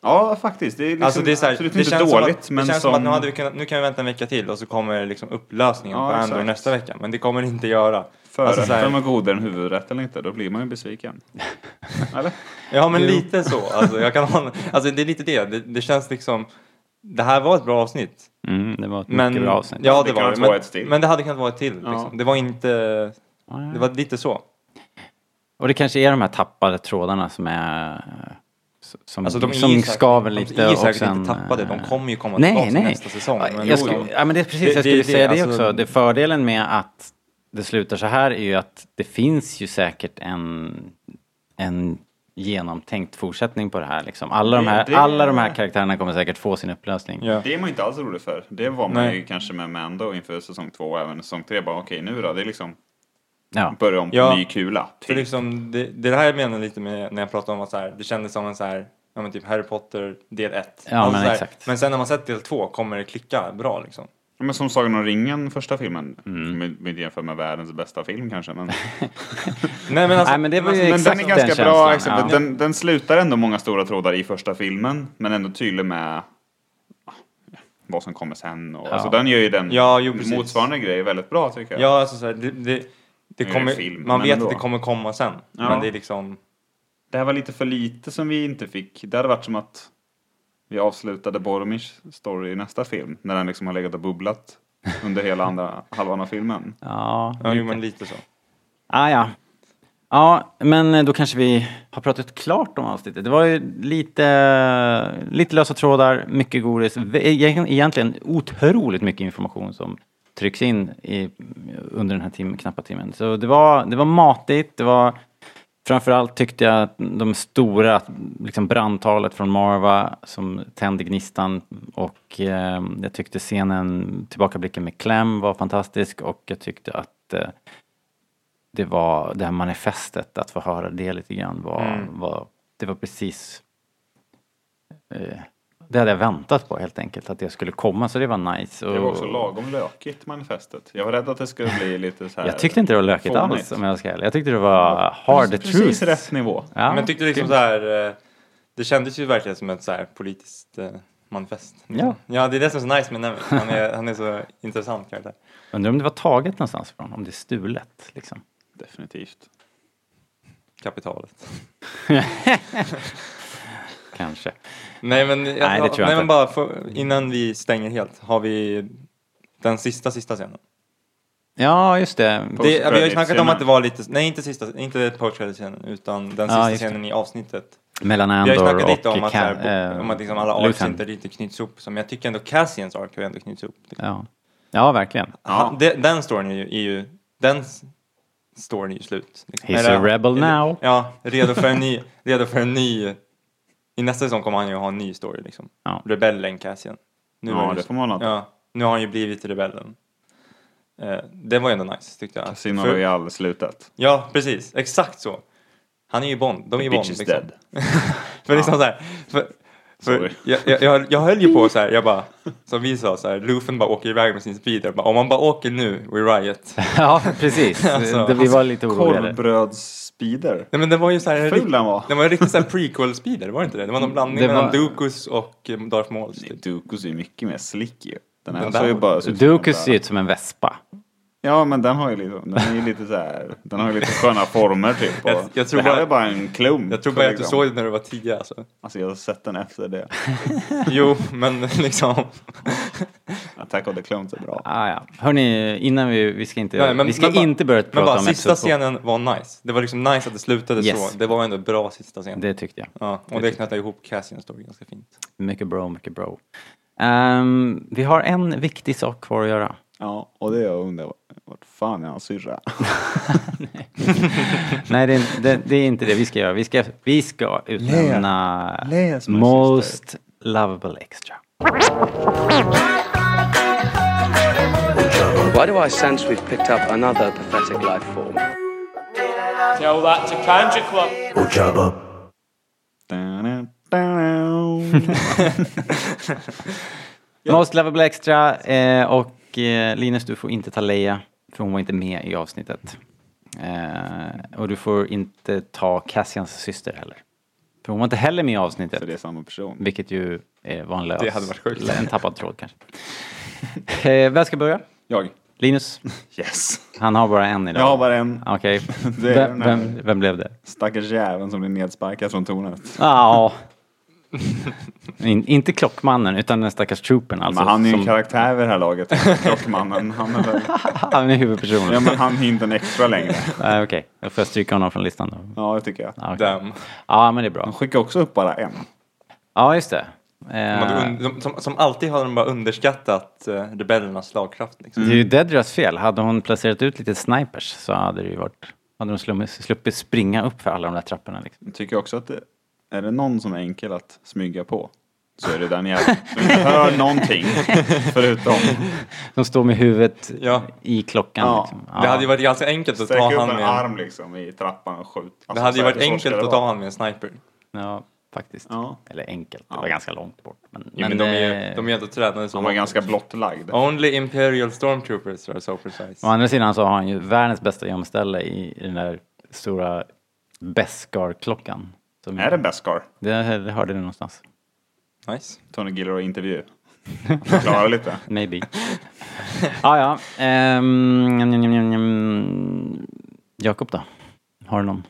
Speaker 3: Ja, faktiskt. Det är liksom
Speaker 2: Alltså det är så här,
Speaker 3: absolut
Speaker 2: det
Speaker 3: inte
Speaker 2: känns
Speaker 3: dåligt,
Speaker 2: som att,
Speaker 3: men
Speaker 2: det känns
Speaker 3: som...
Speaker 2: som att nu, hade vi kunnat, nu kan vi vänta en vecka till och så kommer liksom upplösningen
Speaker 3: Ja,
Speaker 2: på Andor
Speaker 3: exakt.
Speaker 2: nästa vecka. Men det kommer det inte göra. Alltså, så
Speaker 3: Förrätten
Speaker 2: här,
Speaker 3: var godare än huvudrätten eller inte, då blir man ju besviken. Eller?
Speaker 2: ja men
Speaker 3: Jo.
Speaker 2: lite så. Alltså, jag kan hålla, alltså det är lite det. det. Det känns liksom, det här var ett bra avsnitt.
Speaker 1: Mm, det var ett
Speaker 2: Men,
Speaker 1: mycket bra avsnitt.
Speaker 2: Ja
Speaker 3: Det
Speaker 2: det
Speaker 3: kan
Speaker 2: var det.
Speaker 3: vara
Speaker 2: Men,
Speaker 3: ett till.
Speaker 2: men det hade kunnat vara ett till.
Speaker 3: Ja.
Speaker 2: Liksom. Det var inte, det var lite så.
Speaker 1: Och det kanske är de här tappade trådarna som är... eh, s- Som,
Speaker 2: Alltså, de är
Speaker 1: som
Speaker 2: säkert-
Speaker 1: skaver
Speaker 2: de
Speaker 1: lite
Speaker 2: är
Speaker 1: och
Speaker 2: säkert
Speaker 1: sen,
Speaker 2: inte tappade. De
Speaker 1: eh,
Speaker 2: kommer ju komma
Speaker 1: nej,
Speaker 2: tillbaka
Speaker 1: nej.
Speaker 2: nästa säsong. Men
Speaker 1: jag
Speaker 2: då-
Speaker 1: skulle, ja men det är precis,
Speaker 2: Det-
Speaker 1: jag
Speaker 2: det-
Speaker 1: skulle
Speaker 2: det-
Speaker 1: säga det
Speaker 2: alltså-
Speaker 1: också. Det fördelen med att det slutar så här är ju att det finns ju säkert en, en genomtänkt fortsättning på det här liksom. Alla, de
Speaker 3: Det-
Speaker 1: här,
Speaker 3: det-
Speaker 1: alla de här karaktärerna kommer säkert få sin upplösning.
Speaker 2: Ja.
Speaker 3: Det är man ju inte alls rolig för. Det var man
Speaker 2: Nej.
Speaker 3: ju kanske med Mando inför säsong två och även säsong tre. Bara okej nu då, det är liksom
Speaker 1: Ja.
Speaker 3: börja om på
Speaker 2: Ja.
Speaker 3: ny kula.
Speaker 2: För
Speaker 3: Typ.
Speaker 2: liksom, det, det är det här jag menar lite med när jag pratar om att så här, det kändes som en så här, ja men typ Harry Potter del 1.
Speaker 1: Ja, men
Speaker 2: så här,
Speaker 1: exakt.
Speaker 2: men sen när man sett del 2 kommer det klicka bra liksom.
Speaker 3: Ja, Men som Sagan om ringen, första filmen. Mm. Med, med jämför med världens bästa film kanske. Men,
Speaker 2: Nej men alltså,
Speaker 1: Nej men det var ju
Speaker 2: men
Speaker 3: men
Speaker 1: exakt
Speaker 3: den är ganska
Speaker 1: den
Speaker 3: bra.
Speaker 1: känslan,
Speaker 3: exempel.
Speaker 1: ja.
Speaker 3: Den, den slutar ändå många stora trådar i första filmen. Men ändå tydlig med ah, vad som kommer sen. Och,
Speaker 1: Ja.
Speaker 3: Alltså den gör ju den
Speaker 2: Ja, jo, precis.
Speaker 3: motsvarande grej väldigt bra tycker jag.
Speaker 2: ja alltså så här, det, det, det
Speaker 3: är
Speaker 2: kommer,
Speaker 3: en film,
Speaker 2: man
Speaker 3: men
Speaker 2: vet
Speaker 3: ändå.
Speaker 2: att det kommer komma sen.
Speaker 3: Ja.
Speaker 2: Men det är liksom,
Speaker 3: Det här var lite för lite som vi inte fick. Det hade varit som att vi avslutade Boromirs story i nästa film. När den liksom har legat och bubblat under hela andra halvan av filmen.
Speaker 1: Ja,
Speaker 2: ja jo men lite så.
Speaker 1: Ah, ja. ja, men eh, då kanske vi har pratat klart om avsnittet. Det var ju lite, lite lösa trådar, mycket godis. Ve- egen- Egentligen otroligt mycket information som trycks in i, under den här tim, knappa timmen. Så det var, det var matigt, det var Framförallt tyckte jag att de stora, liksom brandtalet från Marva som tände gnistan och eh, jag tyckte scenen, tillbakablicken med Clem var fantastisk och jag tyckte att eh, det var det här manifestet, att få höra det lite grann var,
Speaker 2: Mm.
Speaker 1: var det var precis eh, det hade jag väntat på helt enkelt, att det skulle komma så det var nice.
Speaker 3: Det var
Speaker 1: och-
Speaker 3: också lagom lökigt manifestet. Jag var rädd att det skulle bli lite så här.
Speaker 1: jag tyckte inte det var lökigt
Speaker 3: fånigt.
Speaker 1: alls om jag ska vara ärlig. Jag tyckte det var hard
Speaker 3: Precis-
Speaker 1: truth.
Speaker 3: Precis rätt nivå.
Speaker 1: Ja.
Speaker 2: men jag tyckte liksom så här, eh, det kändes ju verkligen som ett så här politiskt eh, manifest.
Speaker 1: Ja.
Speaker 2: ja det är det som är så nice med Nemeth. Han är, han är så intressant karaktär.
Speaker 1: Undrar om det var taget någonstans ifrån, om det är stulet liksom.
Speaker 3: Definitivt.
Speaker 2: Kapitalet.
Speaker 1: Kanske.
Speaker 2: Nej men, jag,
Speaker 1: Nej, det tror jag
Speaker 2: nej,
Speaker 1: inte.
Speaker 2: men bara för, innan vi stänger helt, har vi den sista, sista scenen?
Speaker 1: Ja, just det.
Speaker 2: Det, vi har ju snackat om
Speaker 3: Post-credit-scenen.
Speaker 2: att det var lite, nej inte sista, inte post scenen utan den
Speaker 1: Ja,
Speaker 2: sista
Speaker 1: just det.
Speaker 2: scenen i avsnittet.
Speaker 1: Mellan
Speaker 2: Vi har ju
Speaker 1: Andor
Speaker 2: snackat lite
Speaker 1: och
Speaker 2: om att, så
Speaker 1: Cam,
Speaker 2: här,
Speaker 1: eh,
Speaker 2: om att liksom alla arcs
Speaker 1: Luthen.
Speaker 2: inte riktigt knyts ihop. Så, men jag tycker ändå Cassians ark har ändå knyts ihop.
Speaker 1: Ja. ja, verkligen.
Speaker 2: Han, de, den storyn är ju, är ju, den s- storyn är ju slut. liksom.
Speaker 1: He's
Speaker 2: Eller-
Speaker 1: a rebel now.
Speaker 2: Ja, redo för en ny, redo för en ny. I nästa säsong kommer han ju ha en ny story liksom. Rebellen Cassian.
Speaker 3: Ja,
Speaker 2: var ju-
Speaker 3: det får man anta.
Speaker 2: Ja, nu har han ju blivit rebellen. Eh, det var ju ändå nice tyckte jag.
Speaker 3: Casino
Speaker 2: För-
Speaker 3: Royale slutet.
Speaker 2: Ja, precis. Exakt så. Han är ju Bond. De är
Speaker 3: The
Speaker 2: ju Bond.
Speaker 3: bitch is
Speaker 2: liksom.
Speaker 3: dead.
Speaker 2: för liksom så här, för,
Speaker 3: Sorry.
Speaker 2: för jag, jag, jag, jag höll ju på så här, jag bara, som vi sa, så här, Lufen bara åker iväg med sin speeder. Bara, Om man bara åker nu, we riot.
Speaker 1: ja, precis.
Speaker 2: Alltså,
Speaker 1: Det- vi var lite oroliga.
Speaker 3: Korvbröds-speeder.
Speaker 2: Nej men det var ju så här, en
Speaker 3: Ful
Speaker 2: rikt-
Speaker 3: den var. Mm.
Speaker 2: det var en riktig så här prequel-speeder, var det inte det? Det var någon blandning
Speaker 3: Det
Speaker 2: mellan
Speaker 3: var-
Speaker 2: Dookus och eh, Darth Maul. Typ.
Speaker 3: Dookus är ju mycket mer slick ju. Den här
Speaker 2: Den
Speaker 3: såg
Speaker 2: där-
Speaker 3: ju bara ut som en
Speaker 1: Dukus
Speaker 3: bara-
Speaker 1: ser ut som en vespa.
Speaker 3: Ja, men den har ju lite, den är ju lite så här, den har ju lite sköna former typ. Och
Speaker 2: Jag- jag tror
Speaker 3: det här
Speaker 2: bara-
Speaker 3: är bara en klump.
Speaker 2: Jag tror bara att du
Speaker 3: liksom.
Speaker 2: såg det när du var tio alltså.
Speaker 3: Alltså jag har sett den efter det.
Speaker 2: Jo, men liksom.
Speaker 3: Attack of the Clones är bra.
Speaker 1: Ah, ja. Hörni, innan vi, vi ska inte,
Speaker 2: Nej, men-
Speaker 1: vi ska
Speaker 2: men bara-
Speaker 1: inte börja
Speaker 2: Men
Speaker 1: prata om
Speaker 2: bara sista
Speaker 1: episod två.
Speaker 2: scenen var nice. Det var liksom nice att det slutade
Speaker 1: Yes.
Speaker 2: så. Det var ändå en bra sista scen.
Speaker 1: Det tyckte jag.
Speaker 2: Ja, och det knöt ihop Cassians story ganska fint.
Speaker 1: Mycket bro, mycket bro. Ehm, vi har en viktig sak kvar att göra.
Speaker 3: Ja, och det jag undrar, vart fan är hans syrra?
Speaker 1: Nej, det är, det, det är inte det vi ska göra. Vi ska, vi ska utnämna
Speaker 3: Leia is my
Speaker 1: Most Lovable Extra.
Speaker 12: Why do I sense we've picked up another pathetic life form?
Speaker 13: Tell that to Kanji Club.
Speaker 1: Most Lovable Extra eh, och eh, Linus, du får inte ta Leia, för hon var inte med i avsnittet. Eh, och du får inte ta Cassians syster heller. För hon var inte heller med i avsnittet. Så
Speaker 3: det är samma person.
Speaker 1: Vilket ju eh, var en lös,
Speaker 3: Det hade varit sjukt.
Speaker 1: En tappad tråd kanske. Eh, vem ska börja?
Speaker 3: Jag.
Speaker 1: Linus?
Speaker 3: Yes.
Speaker 1: Han har bara en idag.
Speaker 3: Jag har bara en.
Speaker 1: Okej.
Speaker 3: Det är
Speaker 1: Vem,
Speaker 3: den här
Speaker 1: vem, vem blev det?
Speaker 3: Stackars jäveln som blir nedsparkad från tornet.
Speaker 1: Ja. In, inte klockmannen, utan den stackars troopern alltså.
Speaker 3: men han är ju en
Speaker 1: som,
Speaker 3: karaktär vid det här laget. Klockmannen. Han är väl...
Speaker 1: han är huvudpersonen.
Speaker 3: Ja, men han är inte en extra längre.
Speaker 1: Nej, okej. Då får jag stryka honom från listan då.
Speaker 3: Ja, det tycker jag.
Speaker 1: Ja, okej. Ja, men det är bra.
Speaker 3: Han skickar också upp bara en.
Speaker 1: Ja, just det.
Speaker 2: De
Speaker 1: Eh,
Speaker 3: Ah.
Speaker 2: hade un- de, som, som alltid har de bara underskattat eh, rebellernas slagkraft. Liksom.
Speaker 3: Mm.
Speaker 1: Det är ju Dedras fel. Hade hon placerat ut lite snipers så hade det ju varit... Hade de slummit, sluppit springa upp för alla de där trapporna liksom.
Speaker 3: Jag tycker också att det, är det någon som är enkel att smyga på så är det den jäveln. Som inte hör någonting förutom...
Speaker 1: De står med huvudet i klockan
Speaker 3: Ja.
Speaker 1: liksom.
Speaker 2: Det hade ju varit ganska enkelt att
Speaker 3: Sträck
Speaker 2: ta
Speaker 3: upp
Speaker 2: han
Speaker 3: en
Speaker 2: med
Speaker 3: arm liksom i trappan och skjut. Alltså,
Speaker 2: Det hade ju
Speaker 3: så här,
Speaker 2: varit
Speaker 3: så ska
Speaker 2: enkelt
Speaker 3: det
Speaker 2: att
Speaker 3: vara.
Speaker 2: ta han med en sniper.
Speaker 1: Ja, faktiskt.
Speaker 3: Ja.
Speaker 1: Eller enkelt. Det var ganska långt bort. Men,
Speaker 2: Jo, men de är ju
Speaker 1: eh,
Speaker 2: de är ändå tränade så.
Speaker 3: Han var ganska blottlagd.
Speaker 2: Only Imperial Stormtroopers are so precise.
Speaker 1: Å andra sidan så har han ju världens bästa gömställe i, i den där stora Beskar-klockan. Som-
Speaker 3: Är det Beskar?
Speaker 1: Det, det hörde du någonstans.
Speaker 2: Nice.
Speaker 3: Tony Gilroy-intervju. Förklara lite.
Speaker 1: Maybe. ah, ja, Ehm, njam, njam, njam, njam. Jakob då? Har du någon?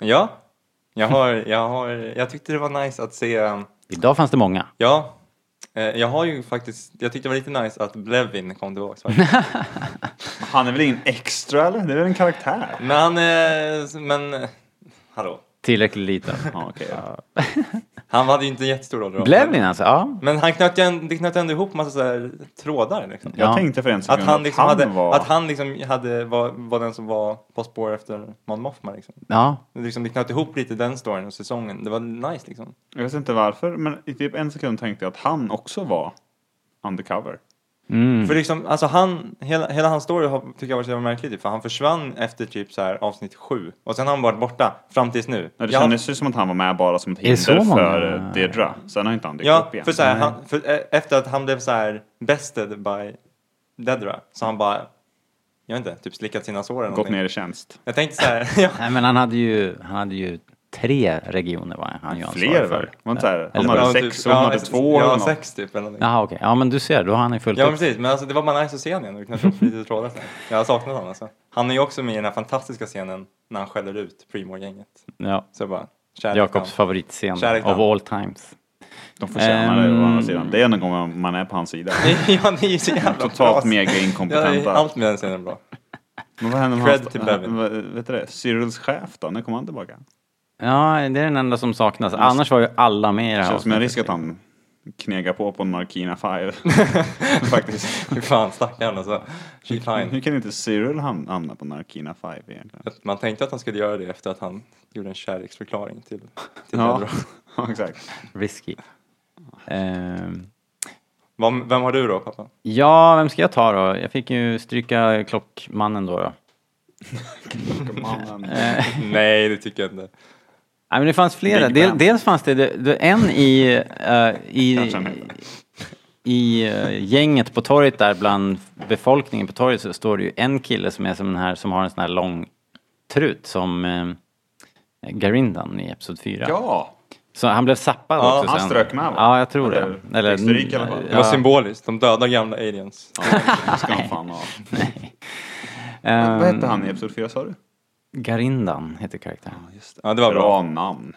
Speaker 2: Ja, jag, har, jag, har, jag tyckte det var nice att se um,
Speaker 1: Idag fanns det många.
Speaker 2: Ja, eh, jag har ju faktiskt, jag tyckte det var lite nice att Blevin kom tillbaka.
Speaker 3: han är väl ingen extra eller? Det är väl en karaktär?
Speaker 2: Men han, eh, men, eh, hallå.
Speaker 1: Tillräckligt liten.
Speaker 3: ja, okay,
Speaker 2: Han hade ju inte en jättestor roll. då.
Speaker 1: Blev ni alltså? Ja.
Speaker 2: Men han knöt ju en- det knöt ändå ihop massa så här trådar. Liksom.
Speaker 3: Jag tänkte för en sekund
Speaker 2: att han,
Speaker 3: att
Speaker 2: liksom
Speaker 3: han
Speaker 2: hade,
Speaker 3: var-
Speaker 2: Att han liksom hade, var, var den som var på spår efter Mon Mothma. Liksom.
Speaker 1: Ja.
Speaker 2: Det Liksom, det knöt ihop lite den storyn och säsongen. Det var nice liksom.
Speaker 3: Jag vet inte varför, men i typ en sekund tänkte jag att han också var undercover. Mm.
Speaker 2: För liksom, alltså han, hela, hela hans story har, tycker jag var så jävla märklig typ, för han försvann efter typ så här avsnitt sju och sen har han varit borta fram tills nu.
Speaker 3: Ja, det
Speaker 2: Jag-
Speaker 3: kändes ju som att han var med bara som ett
Speaker 1: Är det så
Speaker 3: hinder
Speaker 1: många?
Speaker 3: för eh, Deirdre. Sen har inte han dykt
Speaker 2: Ja,
Speaker 3: upp igen.
Speaker 2: för, så här, han, för eh, efter att han blev så här bested by Dedra så han bara, jag vet inte, typ slickat sina sår eller
Speaker 3: Gått
Speaker 2: någonting.
Speaker 3: ner i tjänst.
Speaker 2: Jag tänkte så här, ja.
Speaker 1: Nej, men han hade ju, han hade ju tre regioner var han ju ansvarig
Speaker 3: Fler,
Speaker 1: för.
Speaker 3: väl? Var inte så här, han
Speaker 1: Eller
Speaker 3: hade
Speaker 1: bara-
Speaker 3: sex. och hon hade
Speaker 2: s-
Speaker 3: två eller
Speaker 2: Ja,
Speaker 3: något.
Speaker 2: sex typ eller någonting.
Speaker 1: Jaha okej, ja men du ser, då har han ju fullt
Speaker 2: Ja
Speaker 1: upp.
Speaker 2: men precis, men alltså, det var bara nice att se honom igen och knäppa upp lite trådar så här. Jag har saknat honom alltså. Han är ju också med i den här fantastiska scenen när han skäller ut Primor-gänget.
Speaker 1: Ja.
Speaker 2: Så jag bara, kärlek
Speaker 1: Jakobs
Speaker 2: han.
Speaker 1: favoritscen
Speaker 2: Kärlek
Speaker 1: of
Speaker 2: han.
Speaker 1: all times.
Speaker 3: De förtjänar det å
Speaker 1: Ehm,
Speaker 3: andra sidan. Det är en gång man är på hans sida.
Speaker 2: ja, ni är ju så jävla bra.
Speaker 3: Totalt mega
Speaker 2: Ja,
Speaker 3: inkompetenta.
Speaker 2: Allt med den scenen är bra.
Speaker 3: Men vad hände med
Speaker 2: Cred
Speaker 3: hans...
Speaker 2: till Bevin.
Speaker 3: vad- Vet du det? Cyrils chef då? När kommer han tillbaka?
Speaker 1: Ja, det är den enda som saknas. Annars var ju alla med i det
Speaker 3: Det
Speaker 1: här
Speaker 3: känns som en
Speaker 1: avsnittet.
Speaker 3: risk att han knegar på på Narkina Five. Faktiskt.
Speaker 2: Fy fan stackarn alltså. Fy fan.
Speaker 3: Hur kan inte Cyril ham- hamna på Narkina Five egentligen?
Speaker 2: Att Man tänkte att han skulle göra det efter att han gjorde en kärleksförklaring till, till
Speaker 3: Ja,
Speaker 2: Pedro.
Speaker 3: ja exakt.
Speaker 1: Risky. Ehm,
Speaker 2: Vem, vem har du då pappa?
Speaker 1: ja, vem ska jag ta då? Jag fick ju stryka klockmannen då. då. Eh.
Speaker 2: Nej det tycker jag inte.
Speaker 1: Nej, men det fanns flera.
Speaker 2: Big
Speaker 1: Del,
Speaker 2: Ben.
Speaker 1: dels fanns det, det, det en i, eh, i,
Speaker 3: Kanske han
Speaker 1: i eh, gänget på torget där bland befolkningen på torget så står det ju en kille som är som den här som har en sån här lång trut som eh, Garindan i Episod 4.
Speaker 3: Ja!
Speaker 1: Så han blev zappad
Speaker 2: Ja,
Speaker 1: också
Speaker 2: han
Speaker 1: sen.
Speaker 3: strök med, va?
Speaker 1: Ja, jag tror
Speaker 3: Eller
Speaker 1: det. Eller,
Speaker 3: fick stryk i alla fall.
Speaker 2: Det var symboliskt, de dödar gamla aliens.
Speaker 3: Det ska han fan ha.
Speaker 1: Nej.
Speaker 3: Vad- Vad hette
Speaker 1: Ehm,
Speaker 3: han i Episod 4 sa du?
Speaker 1: eh, Garindan heter karaktären.
Speaker 2: Ja, det var bra.
Speaker 3: Bra namn.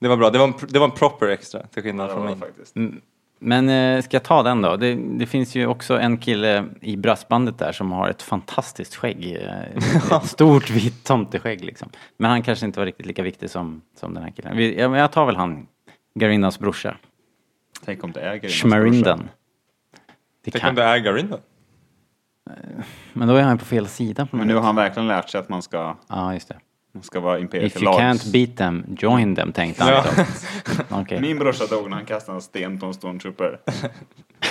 Speaker 2: Det var bra, det var en, pr- det var en proper extra till skillnad
Speaker 3: Ja,
Speaker 2: från min.
Speaker 3: faktiskt.
Speaker 1: Mm. Men eh, ska jag ta den då? Det, det finns ju också en kille i brassbandet där som har ett fantastiskt skägg. eh, Ett stort vitt tomteskägg liksom. Men han kanske inte var riktigt lika viktig som, som den här killen. Vi, ja, men jag tar väl han, Garindans brorsa.
Speaker 3: Tänk om det är Garinas
Speaker 1: Shmarindan. Det
Speaker 2: Tänk om
Speaker 1: kan,
Speaker 2: det är Garin då?
Speaker 1: men då är han på fel sida på något
Speaker 3: Men nu har
Speaker 1: sätt.
Speaker 3: han verkligen lärt sig att man ska,
Speaker 1: Ja, just det.
Speaker 3: man ska vara imperiet
Speaker 1: If
Speaker 3: till
Speaker 1: you
Speaker 3: lags.
Speaker 1: can't beat them, join them, tänkte han.
Speaker 2: Ja.
Speaker 1: då. Okej.
Speaker 3: Min brorsa dog när han kastade en sten på en stormtrooper.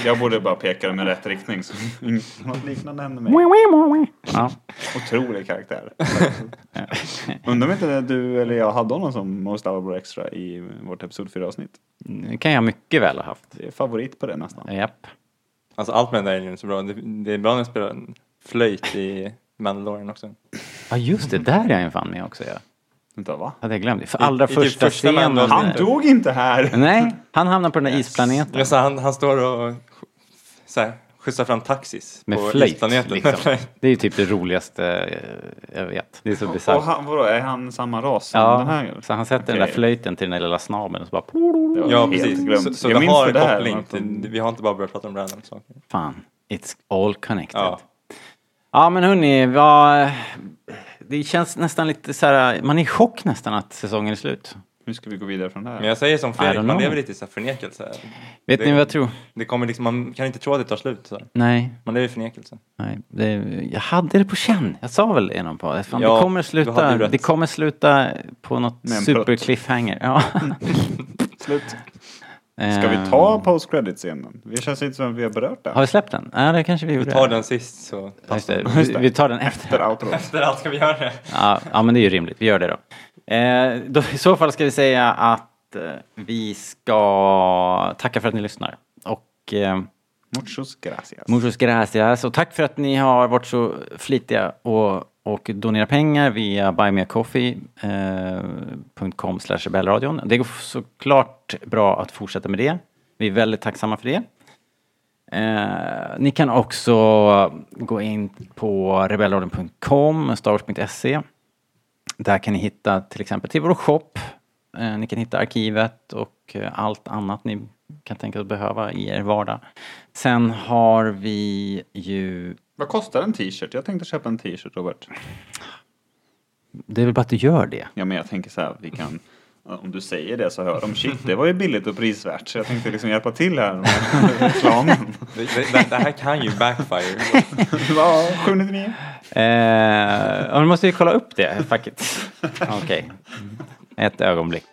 Speaker 3: Jag borde bara peka dem i rätt riktning. Så något liknande hände mig.
Speaker 1: Ja.
Speaker 3: Otrolig karaktär. Undrar om inte du eller jag hade honom som Most Lovable Extra i vårt Episod 4-avsnitt.
Speaker 1: Det kan jag mycket väl ha haft.
Speaker 3: Det är favorit på det nästan.
Speaker 1: Japp.
Speaker 2: Alltså allt med den där alien är så bra. Det, det är bra när jag spelar en flöjt i Mandalorian också.
Speaker 1: Ja, just det. Där är jag ju fan med också. Ja.
Speaker 3: Vänta, va?
Speaker 1: Hade jag glömt det? För
Speaker 2: I-
Speaker 1: allra
Speaker 2: i typ
Speaker 1: första,
Speaker 2: första
Speaker 1: scenen.
Speaker 2: Mando-
Speaker 3: Han dog inte här!
Speaker 1: Nej, han hamnar på den där isplaneten.
Speaker 2: Ja, så han, han står och så här, skjutsar fram taxis
Speaker 1: Med
Speaker 2: på
Speaker 1: flöjt.
Speaker 2: isplaneten. Med
Speaker 1: Liksom.
Speaker 2: flöjt.
Speaker 1: Det är ju typ det roligaste eh, jag vet. Det är så
Speaker 3: Och
Speaker 1: bisarrt.
Speaker 3: han, vadå, är han samma ras som den
Speaker 1: Ja,
Speaker 3: här?
Speaker 1: så han sätter den där
Speaker 3: Okej.
Speaker 1: flöjten till den där lilla snabeln och så bara
Speaker 3: Det var
Speaker 2: Ja,
Speaker 3: helt
Speaker 2: precis.
Speaker 3: glömt.
Speaker 2: Så, så
Speaker 3: jag
Speaker 2: det
Speaker 3: minns
Speaker 2: har
Speaker 3: det
Speaker 2: en
Speaker 3: där.
Speaker 2: koppling
Speaker 3: att de-
Speaker 2: till, vi har inte bara börjat prata om random saker.
Speaker 1: fan, it's all connected. Ja,
Speaker 2: Ja.
Speaker 1: men hörni, vad, eh, det känns nästan lite så här, man är i chock nästan att säsongen är slut.
Speaker 3: Nu ska vi gå vidare från det här.
Speaker 2: Men jag säger som Fredrik,
Speaker 1: don't
Speaker 2: man
Speaker 1: know.
Speaker 2: lever lite i så här förnekelse.
Speaker 1: Vet
Speaker 2: Det-
Speaker 1: ni vad jag tror?
Speaker 2: Det kommer liksom, man kan inte tro att det tar slut. Så. här.
Speaker 1: Nej,
Speaker 2: Man lever i förnekelse.
Speaker 1: nej. Det, jag hade det på känn. Jag sa väl i någon på fan,
Speaker 2: Ja,
Speaker 1: det, kommer
Speaker 2: du hade
Speaker 1: sluta,
Speaker 2: ju rätt.
Speaker 1: det kommer sluta på något
Speaker 3: Med en
Speaker 1: supercliffhanger. Ja.
Speaker 3: Slut. Ska vi ta post credit-scenen? Det känns inte som att vi har berört
Speaker 1: Ehm. Har
Speaker 3: den.
Speaker 1: vi släppt den? Ja, det kanske vi gjorde.
Speaker 2: Vi tar den sist så
Speaker 1: Ja, Just
Speaker 2: passar
Speaker 1: det. Vi, vi tar den efter.
Speaker 3: Efter outro.
Speaker 2: Efter allt ska vi göra det.
Speaker 1: Ja, ja, men det är ju rimligt. Vi gör det då. Eh, då. I så fall ska vi säga att eh, vi ska tacka för att ni lyssnar. Och eh,
Speaker 3: Muchos gracias.
Speaker 1: muchos gracias. Och tack för att ni har varit så flitiga och, och donerat pengar via buymeacoffee.com slash rebellradion. Det går såklart bra att fortsätta med det. Vi är väldigt tacksamma för det. Eh, ni kan också gå in på rebellradion.com, starwars.se. Där kan ni hitta till exempel till vår shop. Eh, ni kan hitta arkivet och eh, allt annat ni kan tänka er att behöva i er vardag. Sen har vi ju...
Speaker 3: Vad kostar en t-shirt? Jag tänkte köpa en t-shirt, Robert.
Speaker 1: Det är väl bara att du gör det.
Speaker 3: Ja, men jag tänker så här, vi kan... Om du säger det så hör de, shit, det var ju billigt och prisvärt. Så jag tänkte liksom hjälpa till här med reklamen.
Speaker 2: Det, det, det här kan ju backfire.
Speaker 3: Ja, 799.
Speaker 1: Eh, ja, nu måste vi kolla upp det, fuck it. Okej. Ett ögonblick.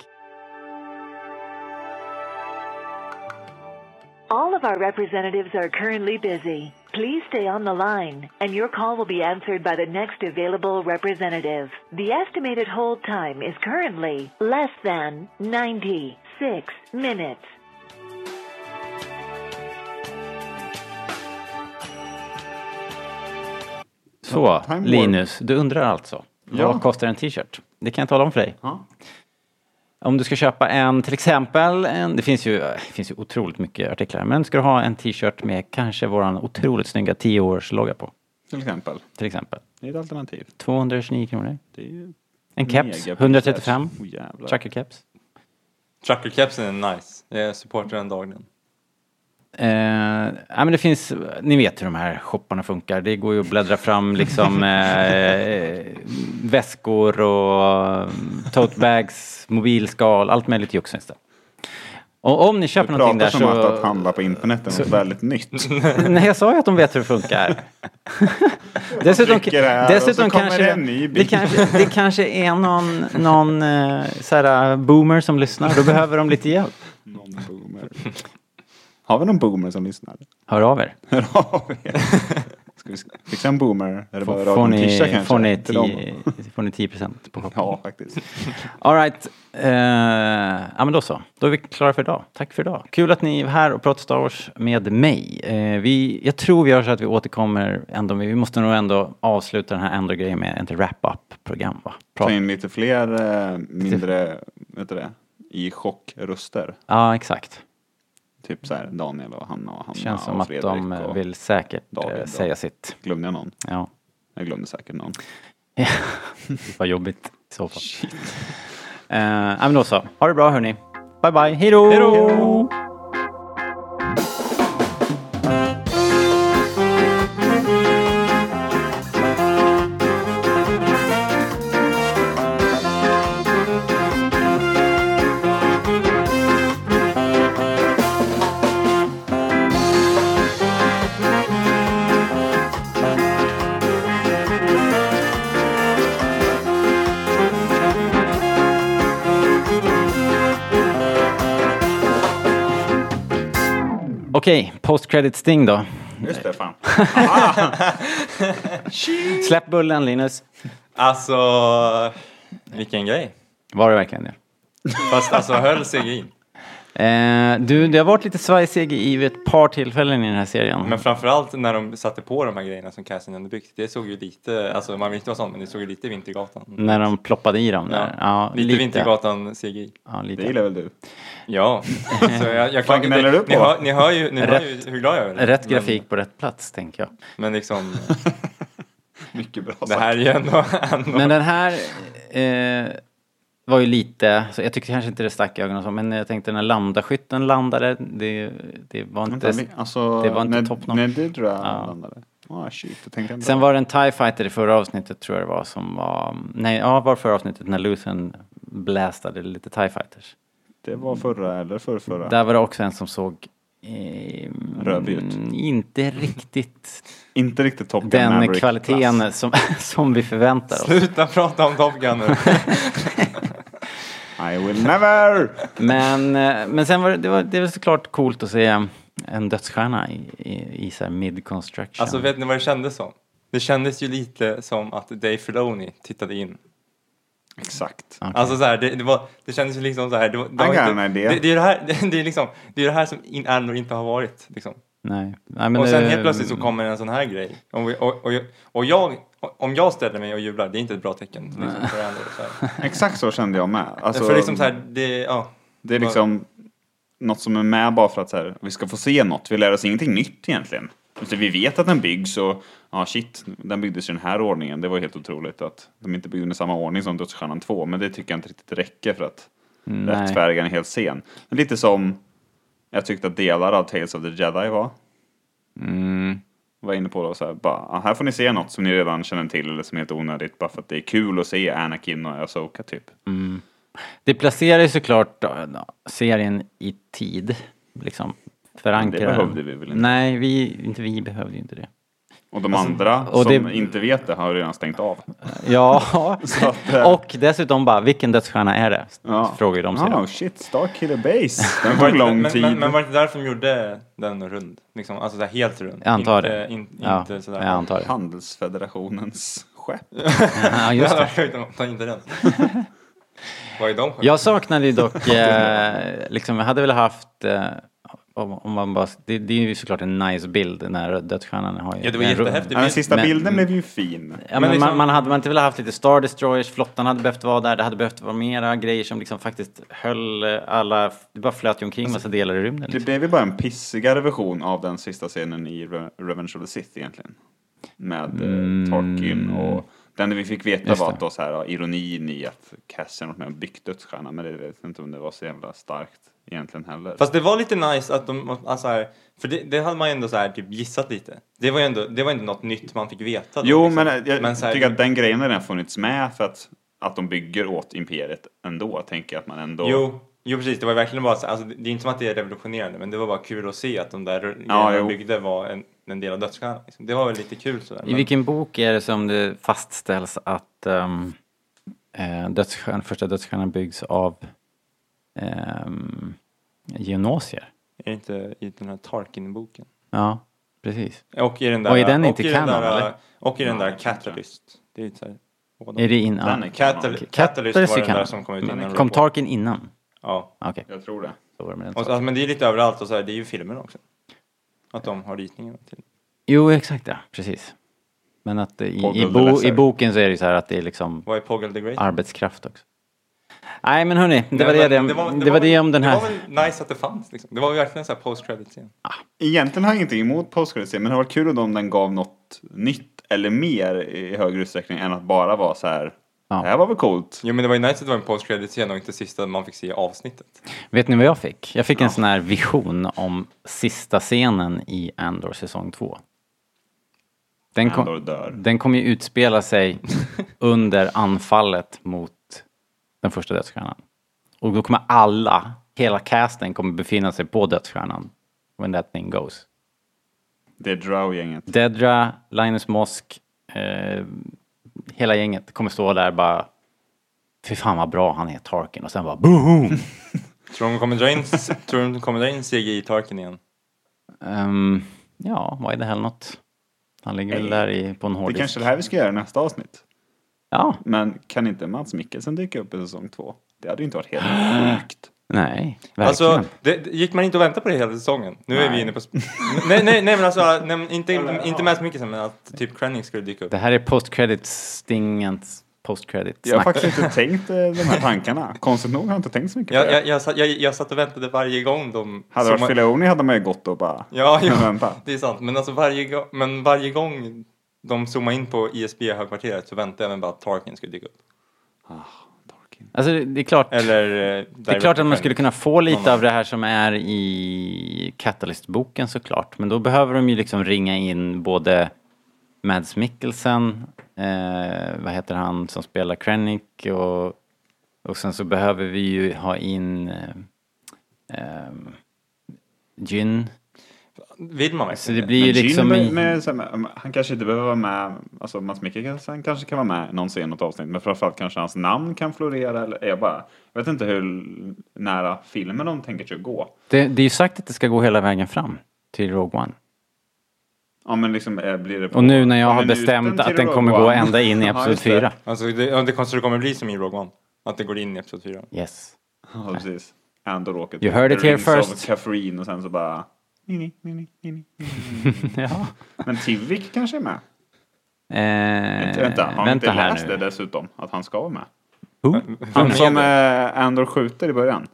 Speaker 10: All of our representatives are currently busy. Please stay on the line, and your call will be answered by the next available representative. The estimated hold time is currently less than 96 minutes.
Speaker 1: Så,
Speaker 3: Time warp.
Speaker 1: Linus, du undrar alltså.
Speaker 3: Ja.
Speaker 1: Vad kostar en t-shirt? Det kan jag tala om för dig.
Speaker 3: Ja.
Speaker 1: Om du ska köpa en, till exempel, en, det finns ju, det finns ju otroligt mycket artiklar, men ska du ha en t-shirt med kanske våran otroligt snygga 10-årslogga på,
Speaker 3: Till exempel.
Speaker 1: till exempel.
Speaker 3: Det är ett alternativ.
Speaker 1: 229 kronor.
Speaker 3: Det är ju
Speaker 1: En keps,
Speaker 3: mega-
Speaker 1: 135.
Speaker 3: Oh, jävlar.
Speaker 1: Trucker-keps.
Speaker 2: Truckerkepsen är nice. Jag supportar den dagligen.
Speaker 1: Eh, ja, men det finns, ni vet hur de här shopparna funkar. Det går ju att bläddra fram liksom eh, väskor och mm, tote bags, mobilskal, allt möjligt jox finns det. Och om ni köper
Speaker 3: Du
Speaker 1: någonting
Speaker 3: pratar
Speaker 1: där
Speaker 3: som
Speaker 1: så...
Speaker 3: att, att handla på internet är
Speaker 1: så-
Speaker 3: något väldigt nytt.
Speaker 1: Nej, jag sa ju att de vet hur det funkar. dessutom
Speaker 3: dricker här och
Speaker 1: dessutom
Speaker 3: så kommer
Speaker 1: kanske,
Speaker 3: det en ny
Speaker 1: det
Speaker 3: bil.
Speaker 1: kanske det kanske är någon, någon eh, så här, boomer som lyssnar. Då behöver de lite hjälp.
Speaker 3: Har vi någon boomer som lyssnar?
Speaker 1: Hör av er.
Speaker 3: Hör av er. Ska vi fixa en boomer? Eller bara
Speaker 1: Får
Speaker 3: radion
Speaker 1: ni,
Speaker 3: Tisha kanske?
Speaker 1: får, ni
Speaker 3: Till dem.
Speaker 1: tio, får ni 10 procent på shoppen?
Speaker 3: Ja, faktiskt.
Speaker 1: All right. Eh, ja, men då så. Då är vi klara för idag. Tack för idag. Kul att ni är här och pratar Star Wars med mig. Eh, vi, jag tror vi gör så att vi återkommer ändå. men Vi måste nog ändå avsluta den här andra grejen med ett wrap-up-program. Va? Pra-
Speaker 3: Ta in lite fler eh, mindre, vet du det, i chockröster.
Speaker 1: Ja, exakt.
Speaker 3: Typ så här Daniel och Hanna och Hanna
Speaker 1: Det känns som
Speaker 3: och
Speaker 1: att
Speaker 3: Fredrik
Speaker 1: de eh,
Speaker 3: och
Speaker 1: vill säkert eh,
Speaker 3: David. och-
Speaker 1: säga sitt.
Speaker 3: Glömde jag någon?
Speaker 1: Ja.
Speaker 3: Jag glömde säkert någon.
Speaker 1: Vad jobbigt i så fall. Eh, ja, men då så. Ha det bra hörni. Bye bye. Hej då! Okej, post credit sting då.
Speaker 3: Just det, fan.
Speaker 1: Släpp bullen Linus.
Speaker 2: Alltså, vilken grej.
Speaker 1: Var det verkligen det?
Speaker 2: Fast alltså höll sig in.
Speaker 1: Eh, du, det har varit lite svajig CGI vid ett par tillfällen i den här serien.
Speaker 2: Men framförallt när de satte på de här grejerna som Cassian hade byggt. Det såg ju lite, alltså man vill inte vara sån, men det såg ju lite Vintergatan.
Speaker 1: När de ploppade i dem där. Mm. Ja,
Speaker 2: lite, Vintergatan CGI.
Speaker 1: Ja, lite.
Speaker 3: Det gillar väl du?
Speaker 2: Ja. Så jag, jag
Speaker 3: Vad
Speaker 2: kan,
Speaker 3: gnäller du
Speaker 2: ni,
Speaker 3: på?
Speaker 2: hör, ni hör ju, ni hör ju
Speaker 1: Rätt-
Speaker 2: hur glad jag är.
Speaker 1: Rätt
Speaker 2: Men-
Speaker 1: grafik på rätt plats, tänker jag.
Speaker 2: Men liksom,
Speaker 3: Mycket bra
Speaker 2: det här är ju ändå... ändå-
Speaker 1: Men den här eh, var ju lite, så jag tyckte kanske inte det stack i ögonen och så, men jag tänkte när landaskytten landade, det, det var inte,
Speaker 3: Vänta, vi- alltså,
Speaker 1: det var inte
Speaker 3: när,
Speaker 1: toppnotch.
Speaker 3: När det tror jag
Speaker 1: Ja.
Speaker 3: landade. Ah, shit, jag tänkte inte.
Speaker 1: Sen var det en TIE fighter i förra avsnittet tror jag det var som var, nej, ja var förra avsnittet när Luthen blastade lite TIE fighters.
Speaker 3: Det var förra eller förrförra.
Speaker 1: Där var det också en som såg eh,
Speaker 3: Rödby ut.
Speaker 1: mm, Inte riktigt
Speaker 3: Inte riktigt Top Gun
Speaker 1: den
Speaker 3: Maverick
Speaker 1: kvaliteten som, som vi förväntar oss.
Speaker 2: Sluta prata om Top Gun nu.
Speaker 3: I will never!
Speaker 1: Men, eh, men sen var det, det, var, det var såklart coolt att se en dödsstjärna i, i, i så här mid construction.
Speaker 2: Alltså vet ni vad det kändes som? Det kändes ju lite som att Dave Filoni tittade in.
Speaker 3: Exakt.
Speaker 2: Alltså så här, det, det, var, det kändes ju liksom så här. Det, var- det, var
Speaker 3: I got
Speaker 2: inte-
Speaker 3: an idea.
Speaker 2: det, det är det här, det, det är liksom, det är det här som in, ändå inte har varit liksom.
Speaker 1: Nej. Nej, men
Speaker 2: och sen
Speaker 1: det-
Speaker 2: helt plötsligt så kommer en sån här grej. Och, vi- och, och, och jag, om jag ställer mig och jublar, det är inte ett bra tecken. Liksom, för det ändå, så här.
Speaker 3: Exakt så kände jag med. Alltså,
Speaker 2: för liksom så här, det, ja.
Speaker 3: Det är liksom något som är med bara för att så här, vi ska få se något. Vi lär oss ingenting nytt egentligen. Alltså, vi vet att den byggs och ja, shit, den byggdes i den här ordningen. Det var helt otroligt att de inte byggde den i samma ordning som Dödsstjärnan 2. Men det tycker jag inte riktigt räcker för att
Speaker 1: Nej.
Speaker 3: rättfärdiga en hel scen. Men lite som jag tyckte att delar av Tales of the Jedi var.
Speaker 1: Mm.
Speaker 3: Var inne på då så här, bara, "Ah, här får ni se något som ni redan känner till eller som är helt onödigt. Bara för att det är kul att se Anakin och Asoka typ.
Speaker 1: Mm. Det placerar ju såklart eh, serien i tid. Liksom förankrar.
Speaker 3: Det behövde vi väl inte?
Speaker 1: Nej, vi, inte vi behövde ju inte det.
Speaker 3: Och de
Speaker 1: Alltså,
Speaker 3: andra
Speaker 1: och
Speaker 3: som
Speaker 1: det-
Speaker 3: inte vet det har redan stängt av.
Speaker 1: Ja,
Speaker 3: Så att, eh,
Speaker 1: och dessutom bara, vilken dödsstjärna är det? Frågar ju de sig.
Speaker 3: Ja,
Speaker 1: då.
Speaker 3: oh, shit, Starkiller Base. Den
Speaker 2: Men
Speaker 3: var
Speaker 2: var
Speaker 3: en
Speaker 2: det-
Speaker 3: lång
Speaker 2: men,
Speaker 3: tid.
Speaker 2: Men, men var det inte därför de gjorde den rund? Liksom, alltså så här helt rund?
Speaker 1: Jag antar
Speaker 2: inte,
Speaker 1: det.
Speaker 2: In, inte
Speaker 1: Ja,
Speaker 2: sådär.
Speaker 1: jag antar det.
Speaker 3: Handelsfederationens skepp.
Speaker 1: Ja, just
Speaker 2: hade
Speaker 1: det.
Speaker 2: varit sjukt om de tar inte den. Vad är de sjukt?
Speaker 1: Jag saknade ju dock, eh, liksom, jag hade väl haft, eh, om, om man bara, det, det är ju såklart en nice bild när dödsstjärnan har ju...
Speaker 2: Ja, det var
Speaker 1: en rund-
Speaker 2: jättehäftig
Speaker 3: Ja, den sista
Speaker 1: Men-
Speaker 3: bilden blev ju fin.
Speaker 1: Ja, men
Speaker 2: liksom-
Speaker 1: man, man hade man inte velat haft lite Star Destroyers, flottan hade behövt vara där, det hade behövt vara mera grejer som liksom faktiskt höll eh, alla, det bara flöt ju omkring
Speaker 2: Alltså,
Speaker 1: massa delar i rymden.
Speaker 2: typ-
Speaker 3: Det
Speaker 1: Liksom.
Speaker 3: blev ju bara en pissigare version av
Speaker 2: Mm.
Speaker 3: den sista scenen i Re- Revenge of the Sith egentligen. Med eh, Tarkin och Det enda vi fick veta
Speaker 1: Just
Speaker 3: var
Speaker 1: det.
Speaker 3: att då så här, ja, ironin i att Cassian var med och byggt dödsstjärnan, men det vet jag inte om det var så jävla starkt egentligen heller.
Speaker 2: Fast det var lite nice att de, alltså här, för det, det hade man ju ändå så här typ gissat lite. Det var ju ändå, det var ändå något nytt man fick veta. Då,
Speaker 3: Jo,
Speaker 2: liksom.
Speaker 3: men eh, jag
Speaker 2: så här-
Speaker 3: tycker att den grejen har redan funnits med för att, att de bygger åt imperiet ändå, tänker jag att man ändå...
Speaker 2: Jo, jo precis, det var verkligen bara så, alltså, det det är inte som att det är revolutionerande men det var bara kul att se att de där
Speaker 3: Ja,
Speaker 2: grejerna
Speaker 3: jo.
Speaker 2: de byggde var en, en del av dödsstjärnan. Liksom. Det var väl lite kul sådär.
Speaker 1: I vilken bok är det som det fastställs att um, eh, dödsstjärn, första dödsstjärnan byggs av um, geonosier?
Speaker 2: Är det inte i den här Tarkin-boken?
Speaker 1: Ja, precis.
Speaker 2: Och i den där...
Speaker 1: och är den inte
Speaker 2: och i
Speaker 1: kanon
Speaker 2: den där,
Speaker 1: eller?
Speaker 2: Och i den
Speaker 3: Nej,
Speaker 2: där Catalyst. Det är ju så här, båda.
Speaker 1: Är det innan?
Speaker 2: Den är Catal-
Speaker 1: Okej.
Speaker 2: Catalyst var den där
Speaker 1: kanon.
Speaker 2: som kom ut innan.
Speaker 1: Mm. Kom
Speaker 2: Rogue One.
Speaker 1: Tarkin innan?
Speaker 2: Ja.
Speaker 1: Okej.
Speaker 3: Jag tror det.
Speaker 1: Så var det med den
Speaker 2: Och, så-
Speaker 1: saken.
Speaker 2: alltså, men det är lite överallt och så här, det är ju filmer också. Att de har ritningarna till.
Speaker 1: Jo, exakt ja. Precis. Men att eh, i,
Speaker 2: Poggle
Speaker 1: i,
Speaker 2: the
Speaker 1: bo, i
Speaker 2: Lesser.
Speaker 1: boken så är det ju så här att det är liksom
Speaker 2: Vad är Poggle the Great?
Speaker 1: arbetskraft också. Nej, men hörni, det
Speaker 2: Nej,
Speaker 1: var det,
Speaker 2: men
Speaker 1: det, det, var, det om den här.
Speaker 2: Det var väl nice att det fanns liksom. Det var ju verkligen en sån här post credit scen.
Speaker 3: Egentligen har jag ingenting emot postcredit men det hade varit kul om den gav något nytt eller mer i högre utsträckning än att bara vara så här. Det här var väl coolt.
Speaker 2: Jo men det var ju nice att det var en post credit scen och inte sista man fick se i avsnittet.
Speaker 1: Vet ni vad jag fick? Jag fick en sån här vision om sista scenen i Andor säsong 2. Den
Speaker 3: Andor
Speaker 1: kom,
Speaker 3: dör.
Speaker 1: den kommer ju utspela sig under anfallet mot den första dödsstjärnan. Och då kommer alla, hela casten kommer befinna sig på dödsstjärnan. When that thing goes.
Speaker 3: Det är Drow-gänget.
Speaker 1: Dedra, Linus Mosk, eh, hela gänget kommer stå där bara Fy fan vad bra han är, Tarkin. Och sen bara boom!
Speaker 2: Tror de kommer dra in, tror de kommer dra in CGI Tarkin igen?
Speaker 1: Ehm, ja, vad är det här något? Han ligger väl
Speaker 3: Nej.
Speaker 1: där i, på en
Speaker 3: Det är
Speaker 1: hårddisk.
Speaker 3: kanske det här vi ska göra i nästa avsnitt.
Speaker 1: Ja.
Speaker 3: Men kan inte Mats Mikkelsen dyka upp i säsong två? Det hade ju inte varit helt sjukt.
Speaker 1: Nej, verkligen.
Speaker 2: Alltså, det, det- gick man inte och väntade på det hela säsongen? Nu är
Speaker 1: Nej.
Speaker 2: vi inne på... sp- nej, nej, nej men alltså, nej, men inte, inte med så mycket sen, men att typ Krennic skulle dyka upp.
Speaker 1: det här är post-credit-stingens
Speaker 3: Jag har
Speaker 1: post-credit-snack.
Speaker 3: faktiskt inte tänkt eh, de här tankarna. Konstigt nog har jag inte tänkt så mycket på
Speaker 2: Jag,
Speaker 3: det.
Speaker 2: jag, jag, satt- jag, jag satt och väntade varje gång de...
Speaker 3: Hade det
Speaker 2: som-
Speaker 3: varit Filoni hade man ju gått och bara...
Speaker 2: Ja,
Speaker 3: men
Speaker 2: ja
Speaker 3: vänta.
Speaker 2: det är sant. Men, alltså varje, gång- men varje gång de zoomade in på ISB-högkvarteret så väntade jag mig bara att Tarkin skulle dyka upp.
Speaker 1: Alltså, det det är klart.
Speaker 2: Eller... eh,
Speaker 1: det är
Speaker 2: Direct
Speaker 1: klart att man
Speaker 2: Krennic.
Speaker 1: skulle kunna få
Speaker 2: Någon
Speaker 1: lite
Speaker 2: av-
Speaker 1: av det här som är i Catalyst-boken såklart. Men då behöver de ju liksom ringa in både Mads Mikkelsen, eh, vad heter han som spelar Krennic och, och sen så behöver vi ju ha in eh, eh, Jyn.
Speaker 2: Vill man
Speaker 1: Så
Speaker 2: verkligen
Speaker 1: det blir ju
Speaker 3: Men Gin
Speaker 1: liksom...
Speaker 3: med,
Speaker 1: i-
Speaker 3: med, så här, med, han kanske inte behöver vara med, alltså Mats Mikkelsen kanske kan vara med i någon scen, något avsnitt, men framförallt kanske hans namn kan florera eller jag bara, jag vet inte hur nära filmen de tänker sig att gå.
Speaker 1: Det, det är ju sagt att det ska gå hela vägen fram till Rogue One.
Speaker 3: Ja men liksom eh, blir det på,
Speaker 1: Och nu när jag
Speaker 3: ja,
Speaker 1: har
Speaker 3: men
Speaker 1: bestämt
Speaker 3: minuten till
Speaker 1: att den
Speaker 3: Rogue
Speaker 1: kommer gå
Speaker 3: One.
Speaker 1: ända in i
Speaker 3: Ja,
Speaker 1: Episod
Speaker 3: just det.
Speaker 1: fyra.
Speaker 2: Alltså det, ja, det kanske det kommer bli som i Rogue One. Att det går in i Episod 4.
Speaker 1: Yes.
Speaker 3: Ja precis. Andor åker
Speaker 1: You heard it
Speaker 3: The
Speaker 1: here
Speaker 3: Rings of
Speaker 1: first.
Speaker 3: Caffeine och sen så bara... Nini, nini, nini, nini.
Speaker 1: ja.
Speaker 3: Men Tivik kanske är med?
Speaker 1: Eh,
Speaker 3: vänta, har vi inte
Speaker 1: vänta här
Speaker 3: läst
Speaker 1: nu.
Speaker 3: det dessutom? Att han ska vara med?
Speaker 1: Who?
Speaker 3: Han som eh, Andor skjuter i början.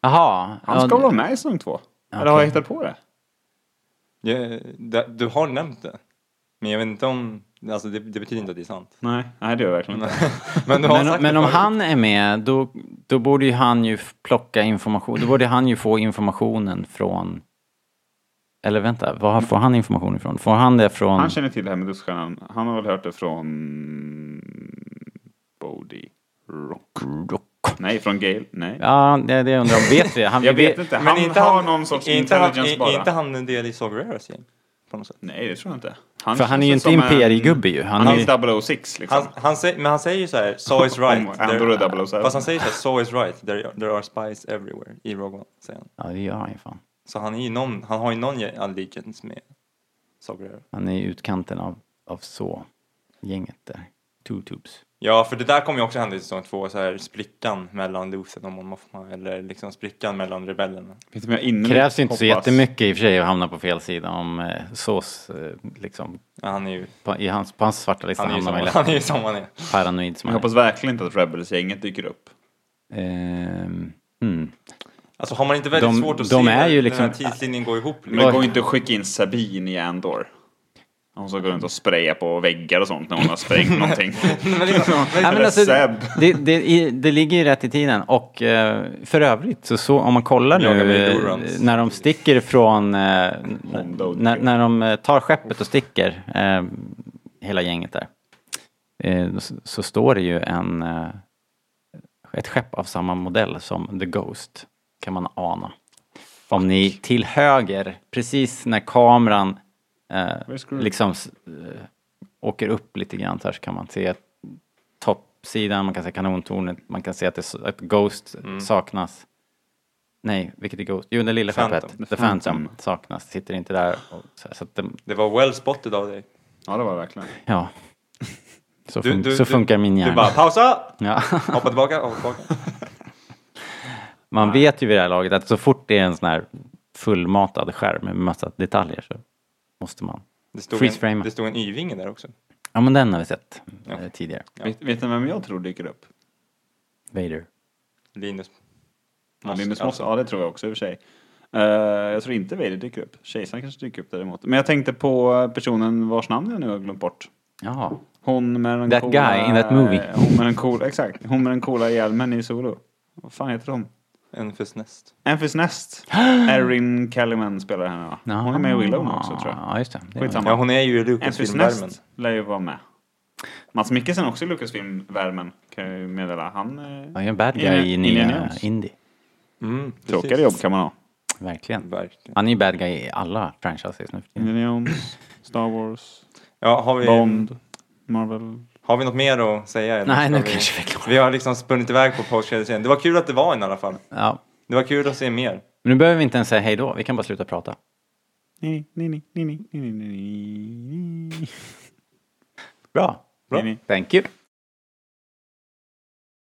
Speaker 1: Jaha.
Speaker 3: Han ska
Speaker 1: ja,
Speaker 3: vara med i säsong två. Eller har jag hittat på det?
Speaker 2: Ja, det, du har nämnt det. Men jag vet inte om... Alltså det, det betyder inte att det är sant.
Speaker 3: Nej, nej det gör jag verkligen inte.
Speaker 2: Men, du har
Speaker 1: Men,
Speaker 2: sagt
Speaker 1: men
Speaker 2: det
Speaker 1: om
Speaker 2: förut.
Speaker 1: han är med, då, då borde ju han ju f- plocka information. Då borde han ju få informationen från... Eller vänta, var får han information ifrån? Får han det från...
Speaker 3: Han känner till det här med duschstjärnan. Han har väl hört det från... Bodhi Rock. Nej, från Gale. Nej.
Speaker 1: Ja, det, det undrar jag. Vet vi? Han,
Speaker 3: Jag
Speaker 1: vi-
Speaker 3: vet inte.
Speaker 2: Men
Speaker 3: Han
Speaker 2: är inte
Speaker 3: har
Speaker 2: han-
Speaker 3: någon sorts
Speaker 2: är inte han-
Speaker 3: intelligence
Speaker 2: är-
Speaker 3: bara.
Speaker 2: Är inte han en del i Sovrares gäng? På något sätt.
Speaker 3: Nej, det tror jag inte.
Speaker 1: För han är ju
Speaker 3: känns
Speaker 1: inte
Speaker 3: som en-
Speaker 1: imperiegubbe ju. Han
Speaker 3: Han
Speaker 1: är ju-
Speaker 3: är 006 liksom.
Speaker 2: Han, han säger, men han säger ju så här, so is right.
Speaker 3: Om Andor är 007.
Speaker 2: fast han säger så här, so is right, there, there are spies everywhere i Rogue One, säger han.
Speaker 1: Ja, det gör han ju fan.
Speaker 2: Så han, är ju någon, han har ju någon ge- allegiance med Sobrero.
Speaker 1: Han är i utkanten av, av så gänget där. Two tubes.
Speaker 2: Ja, för det där kommer ju också hända i säsong två, så här sprickan mellan Luthen och Mon Mothma, eller liksom sprickan mellan rebellerna.
Speaker 3: Vet du vad jag innerligt
Speaker 1: Krävs ju inte så
Speaker 3: hoppas?
Speaker 1: jättemycket i och för sig att hamna på fel sida om eh, sås, eh, liksom.
Speaker 2: Ja, han är ju,
Speaker 1: På, i hans, på hans svarta lista
Speaker 2: han är ju,
Speaker 1: hamnar
Speaker 2: som,
Speaker 1: man ju
Speaker 2: han är ju
Speaker 1: lätt
Speaker 2: som han är.
Speaker 1: paranoid som
Speaker 3: Jag
Speaker 1: han är.
Speaker 3: hoppas verkligen inte att Rebels-gänget dyker upp.
Speaker 1: Ehm, mm.
Speaker 2: Alltså har man inte väldigt
Speaker 1: De-
Speaker 2: svårt att
Speaker 1: de
Speaker 2: se
Speaker 1: är ju
Speaker 2: hur
Speaker 1: liksom-
Speaker 2: den här tidslinjen går ihop?
Speaker 3: Men det går ju inte att skicka in Sabine i Andor. Hon som går runt och sprayar på väggar och sånt när hon har sprängt någonting.
Speaker 1: Men liksom- Nej, men alltså, det, det, i- det ligger ju rätt i tiden och eh, för övrigt så, så om man kollar
Speaker 2: Jagar
Speaker 1: nu
Speaker 2: med
Speaker 1: eh,
Speaker 2: Durans.
Speaker 1: när de sticker från eh, när, när de eh, tar skeppet och sticker eh, hela gänget där eh, så, så står det ju en eh, ett skepp av samma modell som The Ghost kan man ana. Om ni till höger precis när kameran eh,
Speaker 3: screwed.
Speaker 1: liksom s- eh, åker upp lite grann så här så kan man se toppsidan, man kan se kanontornet, man kan se att, det, s- att Ghost
Speaker 2: Mm.
Speaker 1: saknas. Nej, vilket är Ghost? Jo, det lilla
Speaker 2: Phantom.
Speaker 1: skeppet,
Speaker 2: The
Speaker 1: The Phantom,
Speaker 2: Phantom.
Speaker 1: saknas, sitter inte där. Och, så, så att de,
Speaker 2: Det var well spotted av dig.
Speaker 3: Ja, det var det verkligen.
Speaker 1: ja. Så,
Speaker 2: Du-
Speaker 1: fun-
Speaker 2: du-
Speaker 1: så
Speaker 2: du-
Speaker 1: funkar min
Speaker 2: du
Speaker 1: hjärna.
Speaker 2: bara, "Pausa!"
Speaker 1: Ja.
Speaker 2: Hoppa tillbaka, hoppa tillbaka.
Speaker 1: Man vet ju vid det här laget att så fort det är en sån här fullmatad skärm med massa detaljer så måste man
Speaker 2: Det stod, en,
Speaker 1: freeze-frama.
Speaker 2: det stod en Y-vinge där också.
Speaker 1: Ja men den har vi sett eh, tidigare.
Speaker 3: Vet, vet ni vem jag tror dyker upp?
Speaker 1: Vader.
Speaker 2: Linus.
Speaker 3: Ja, Linus
Speaker 2: Moss,
Speaker 3: Moss, ja det tror jag också i och för sig. Eh, jag tror inte Vader dyker upp. Kejsaren kanske dyker upp däremot. Men jag tänkte på personen vars namn jag nu har glömt bort.
Speaker 1: Jaha.
Speaker 3: Hon med den
Speaker 1: That
Speaker 3: coola...
Speaker 1: guy in that movie.
Speaker 3: Hon med den coola, exakt. Hon med den coola hjälmen i Solo. Vad fan heter hon?
Speaker 2: Enfys Nest.
Speaker 3: Enfys Nest. Erin Kellyman spelar henne va? Hon är med i Willow nu också tror jag.
Speaker 1: Ja just det. det.
Speaker 3: Skitsamma.
Speaker 2: Ja, hon är ju i
Speaker 3: Enfys
Speaker 2: Lucasfilm-värmen.
Speaker 3: Nest lär ju vara med. Mats Mikkelsen också i Lucasfilm-värmen kan jag ju meddela. Han... eh,
Speaker 1: Han är en bad guy
Speaker 3: Indiana-
Speaker 1: i
Speaker 3: Indiana
Speaker 1: nya
Speaker 3: Jones.
Speaker 1: Indie.
Speaker 2: Mm,
Speaker 3: Tråkigare jobb kan man ha. Mm.
Speaker 1: Verkligen.
Speaker 2: Verkligen.
Speaker 1: Han är ju bad guy i alla franchises nu för tiden.
Speaker 3: Indiana Jones, Star Wars,
Speaker 2: Ja, har vi,
Speaker 3: Bond, Marvel.
Speaker 2: har vi något mer att säga? eller
Speaker 1: Nej,
Speaker 2: ska
Speaker 1: nu kanske vi är klara.
Speaker 2: Vi har liksom spunnit iväg på postkedjescenen. Det var kul att det var en i alla fall.
Speaker 1: Ja.
Speaker 2: Det var kul att se mer.
Speaker 1: Men nu behöver vi inte ens säga hej då, vi kan bara sluta prata.
Speaker 3: Nej, nej, nej, nej, nej, nej, nej, nej, nej.
Speaker 1: Bra.
Speaker 2: Bra.
Speaker 1: Thank you.